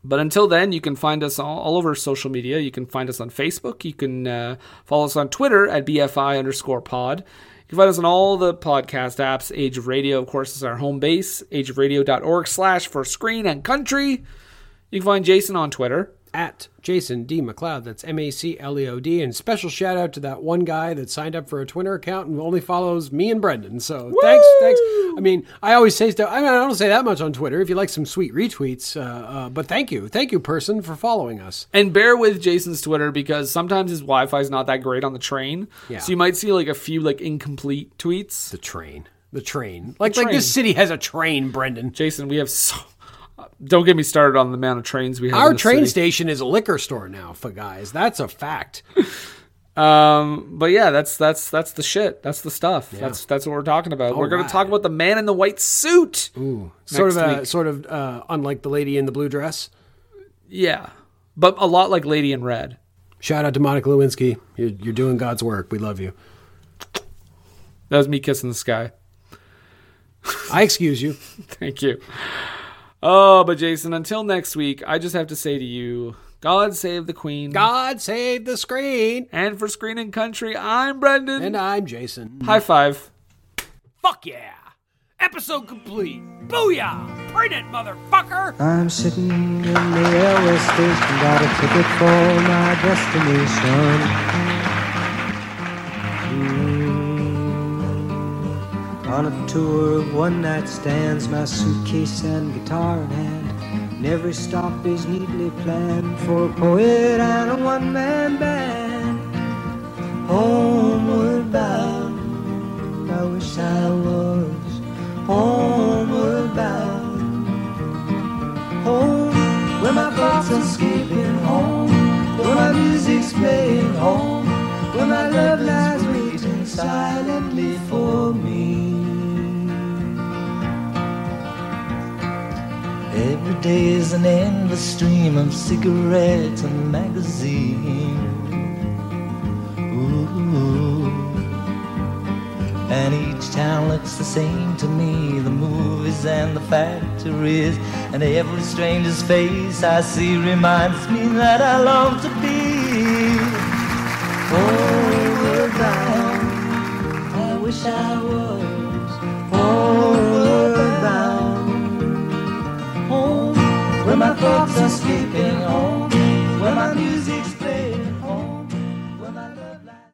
D: but until then, you can find us all, all over social media. You can find us on Facebook. You can uh, follow us on Twitter at BFI underscore pod. You can find us on all the podcast apps. Age of Radio, of course, is our home base. Ageofradio.org slash for screen and country. You can find Jason on Twitter.
C: At Jason D. McLeod, that's M A C L E O D. And special shout out to that one guy that signed up for a Twitter account and only follows me and Brendan. So thanks, thanks. I mean, I always say stuff, I, mean, I don't say that much on Twitter if you like some sweet retweets, uh, uh, but thank you. Thank you, person, for following us.
D: And bear with Jason's Twitter because sometimes his Wi Fi is not that great on the train.
C: Yeah.
D: So you might see like a few like incomplete tweets.
C: The train. The train. Like,
D: train.
C: like this city has a train, Brendan.
D: Jason, we have so. Don't get me started on the amount of trains we have.
C: Our
D: in the
C: train
D: city.
C: station is a liquor store now, for guys. That's a
D: *laughs*
C: fact.
D: Um, but yeah, that's that's that's the shit. That's the stuff. That's that's what we're talking about. we're gonna
C: right.
D: talk about the man in the white suit.
C: Oh Ooh, sort of
D: Next
C: a,
D: week.
C: sort of uh, unlike the lady in the blue dress.
D: Yeah, but a lot like Lady in Red.
C: Shout out to Monica Lewinsky. You're, you're doing God's work. We love you.
D: That was me kissing the sky. *laughs*
C: I excuse you.
D: Thank you. Oh, but Jason, until next week, I just have to say to you, God save the Queen.
C: God save the screen.
D: And for Screen and Country, I'm Brendan.
C: And I'm Jason.
D: High five.
J: Fuck yeah. Episode complete. Booyah. Print it, motherfucker.
K: I'm sitting in the railway station, got a ticket for my destination. Mm. On a tour of one night stands, my suitcase and guitar in hand. And every stop is neatly planned for a poet and a one man band. Oh, Homeward bound, I wish I was homeward bound home, where my thoughts are escaping home, where my music's playing home, where my love lies waiting silently for me. Every day is an endless stream of cigarettes and magazines. Ooh.
H: And each town looks the same to me the movies and the factories. And every stranger's face I see reminds me that I love to be. Oh,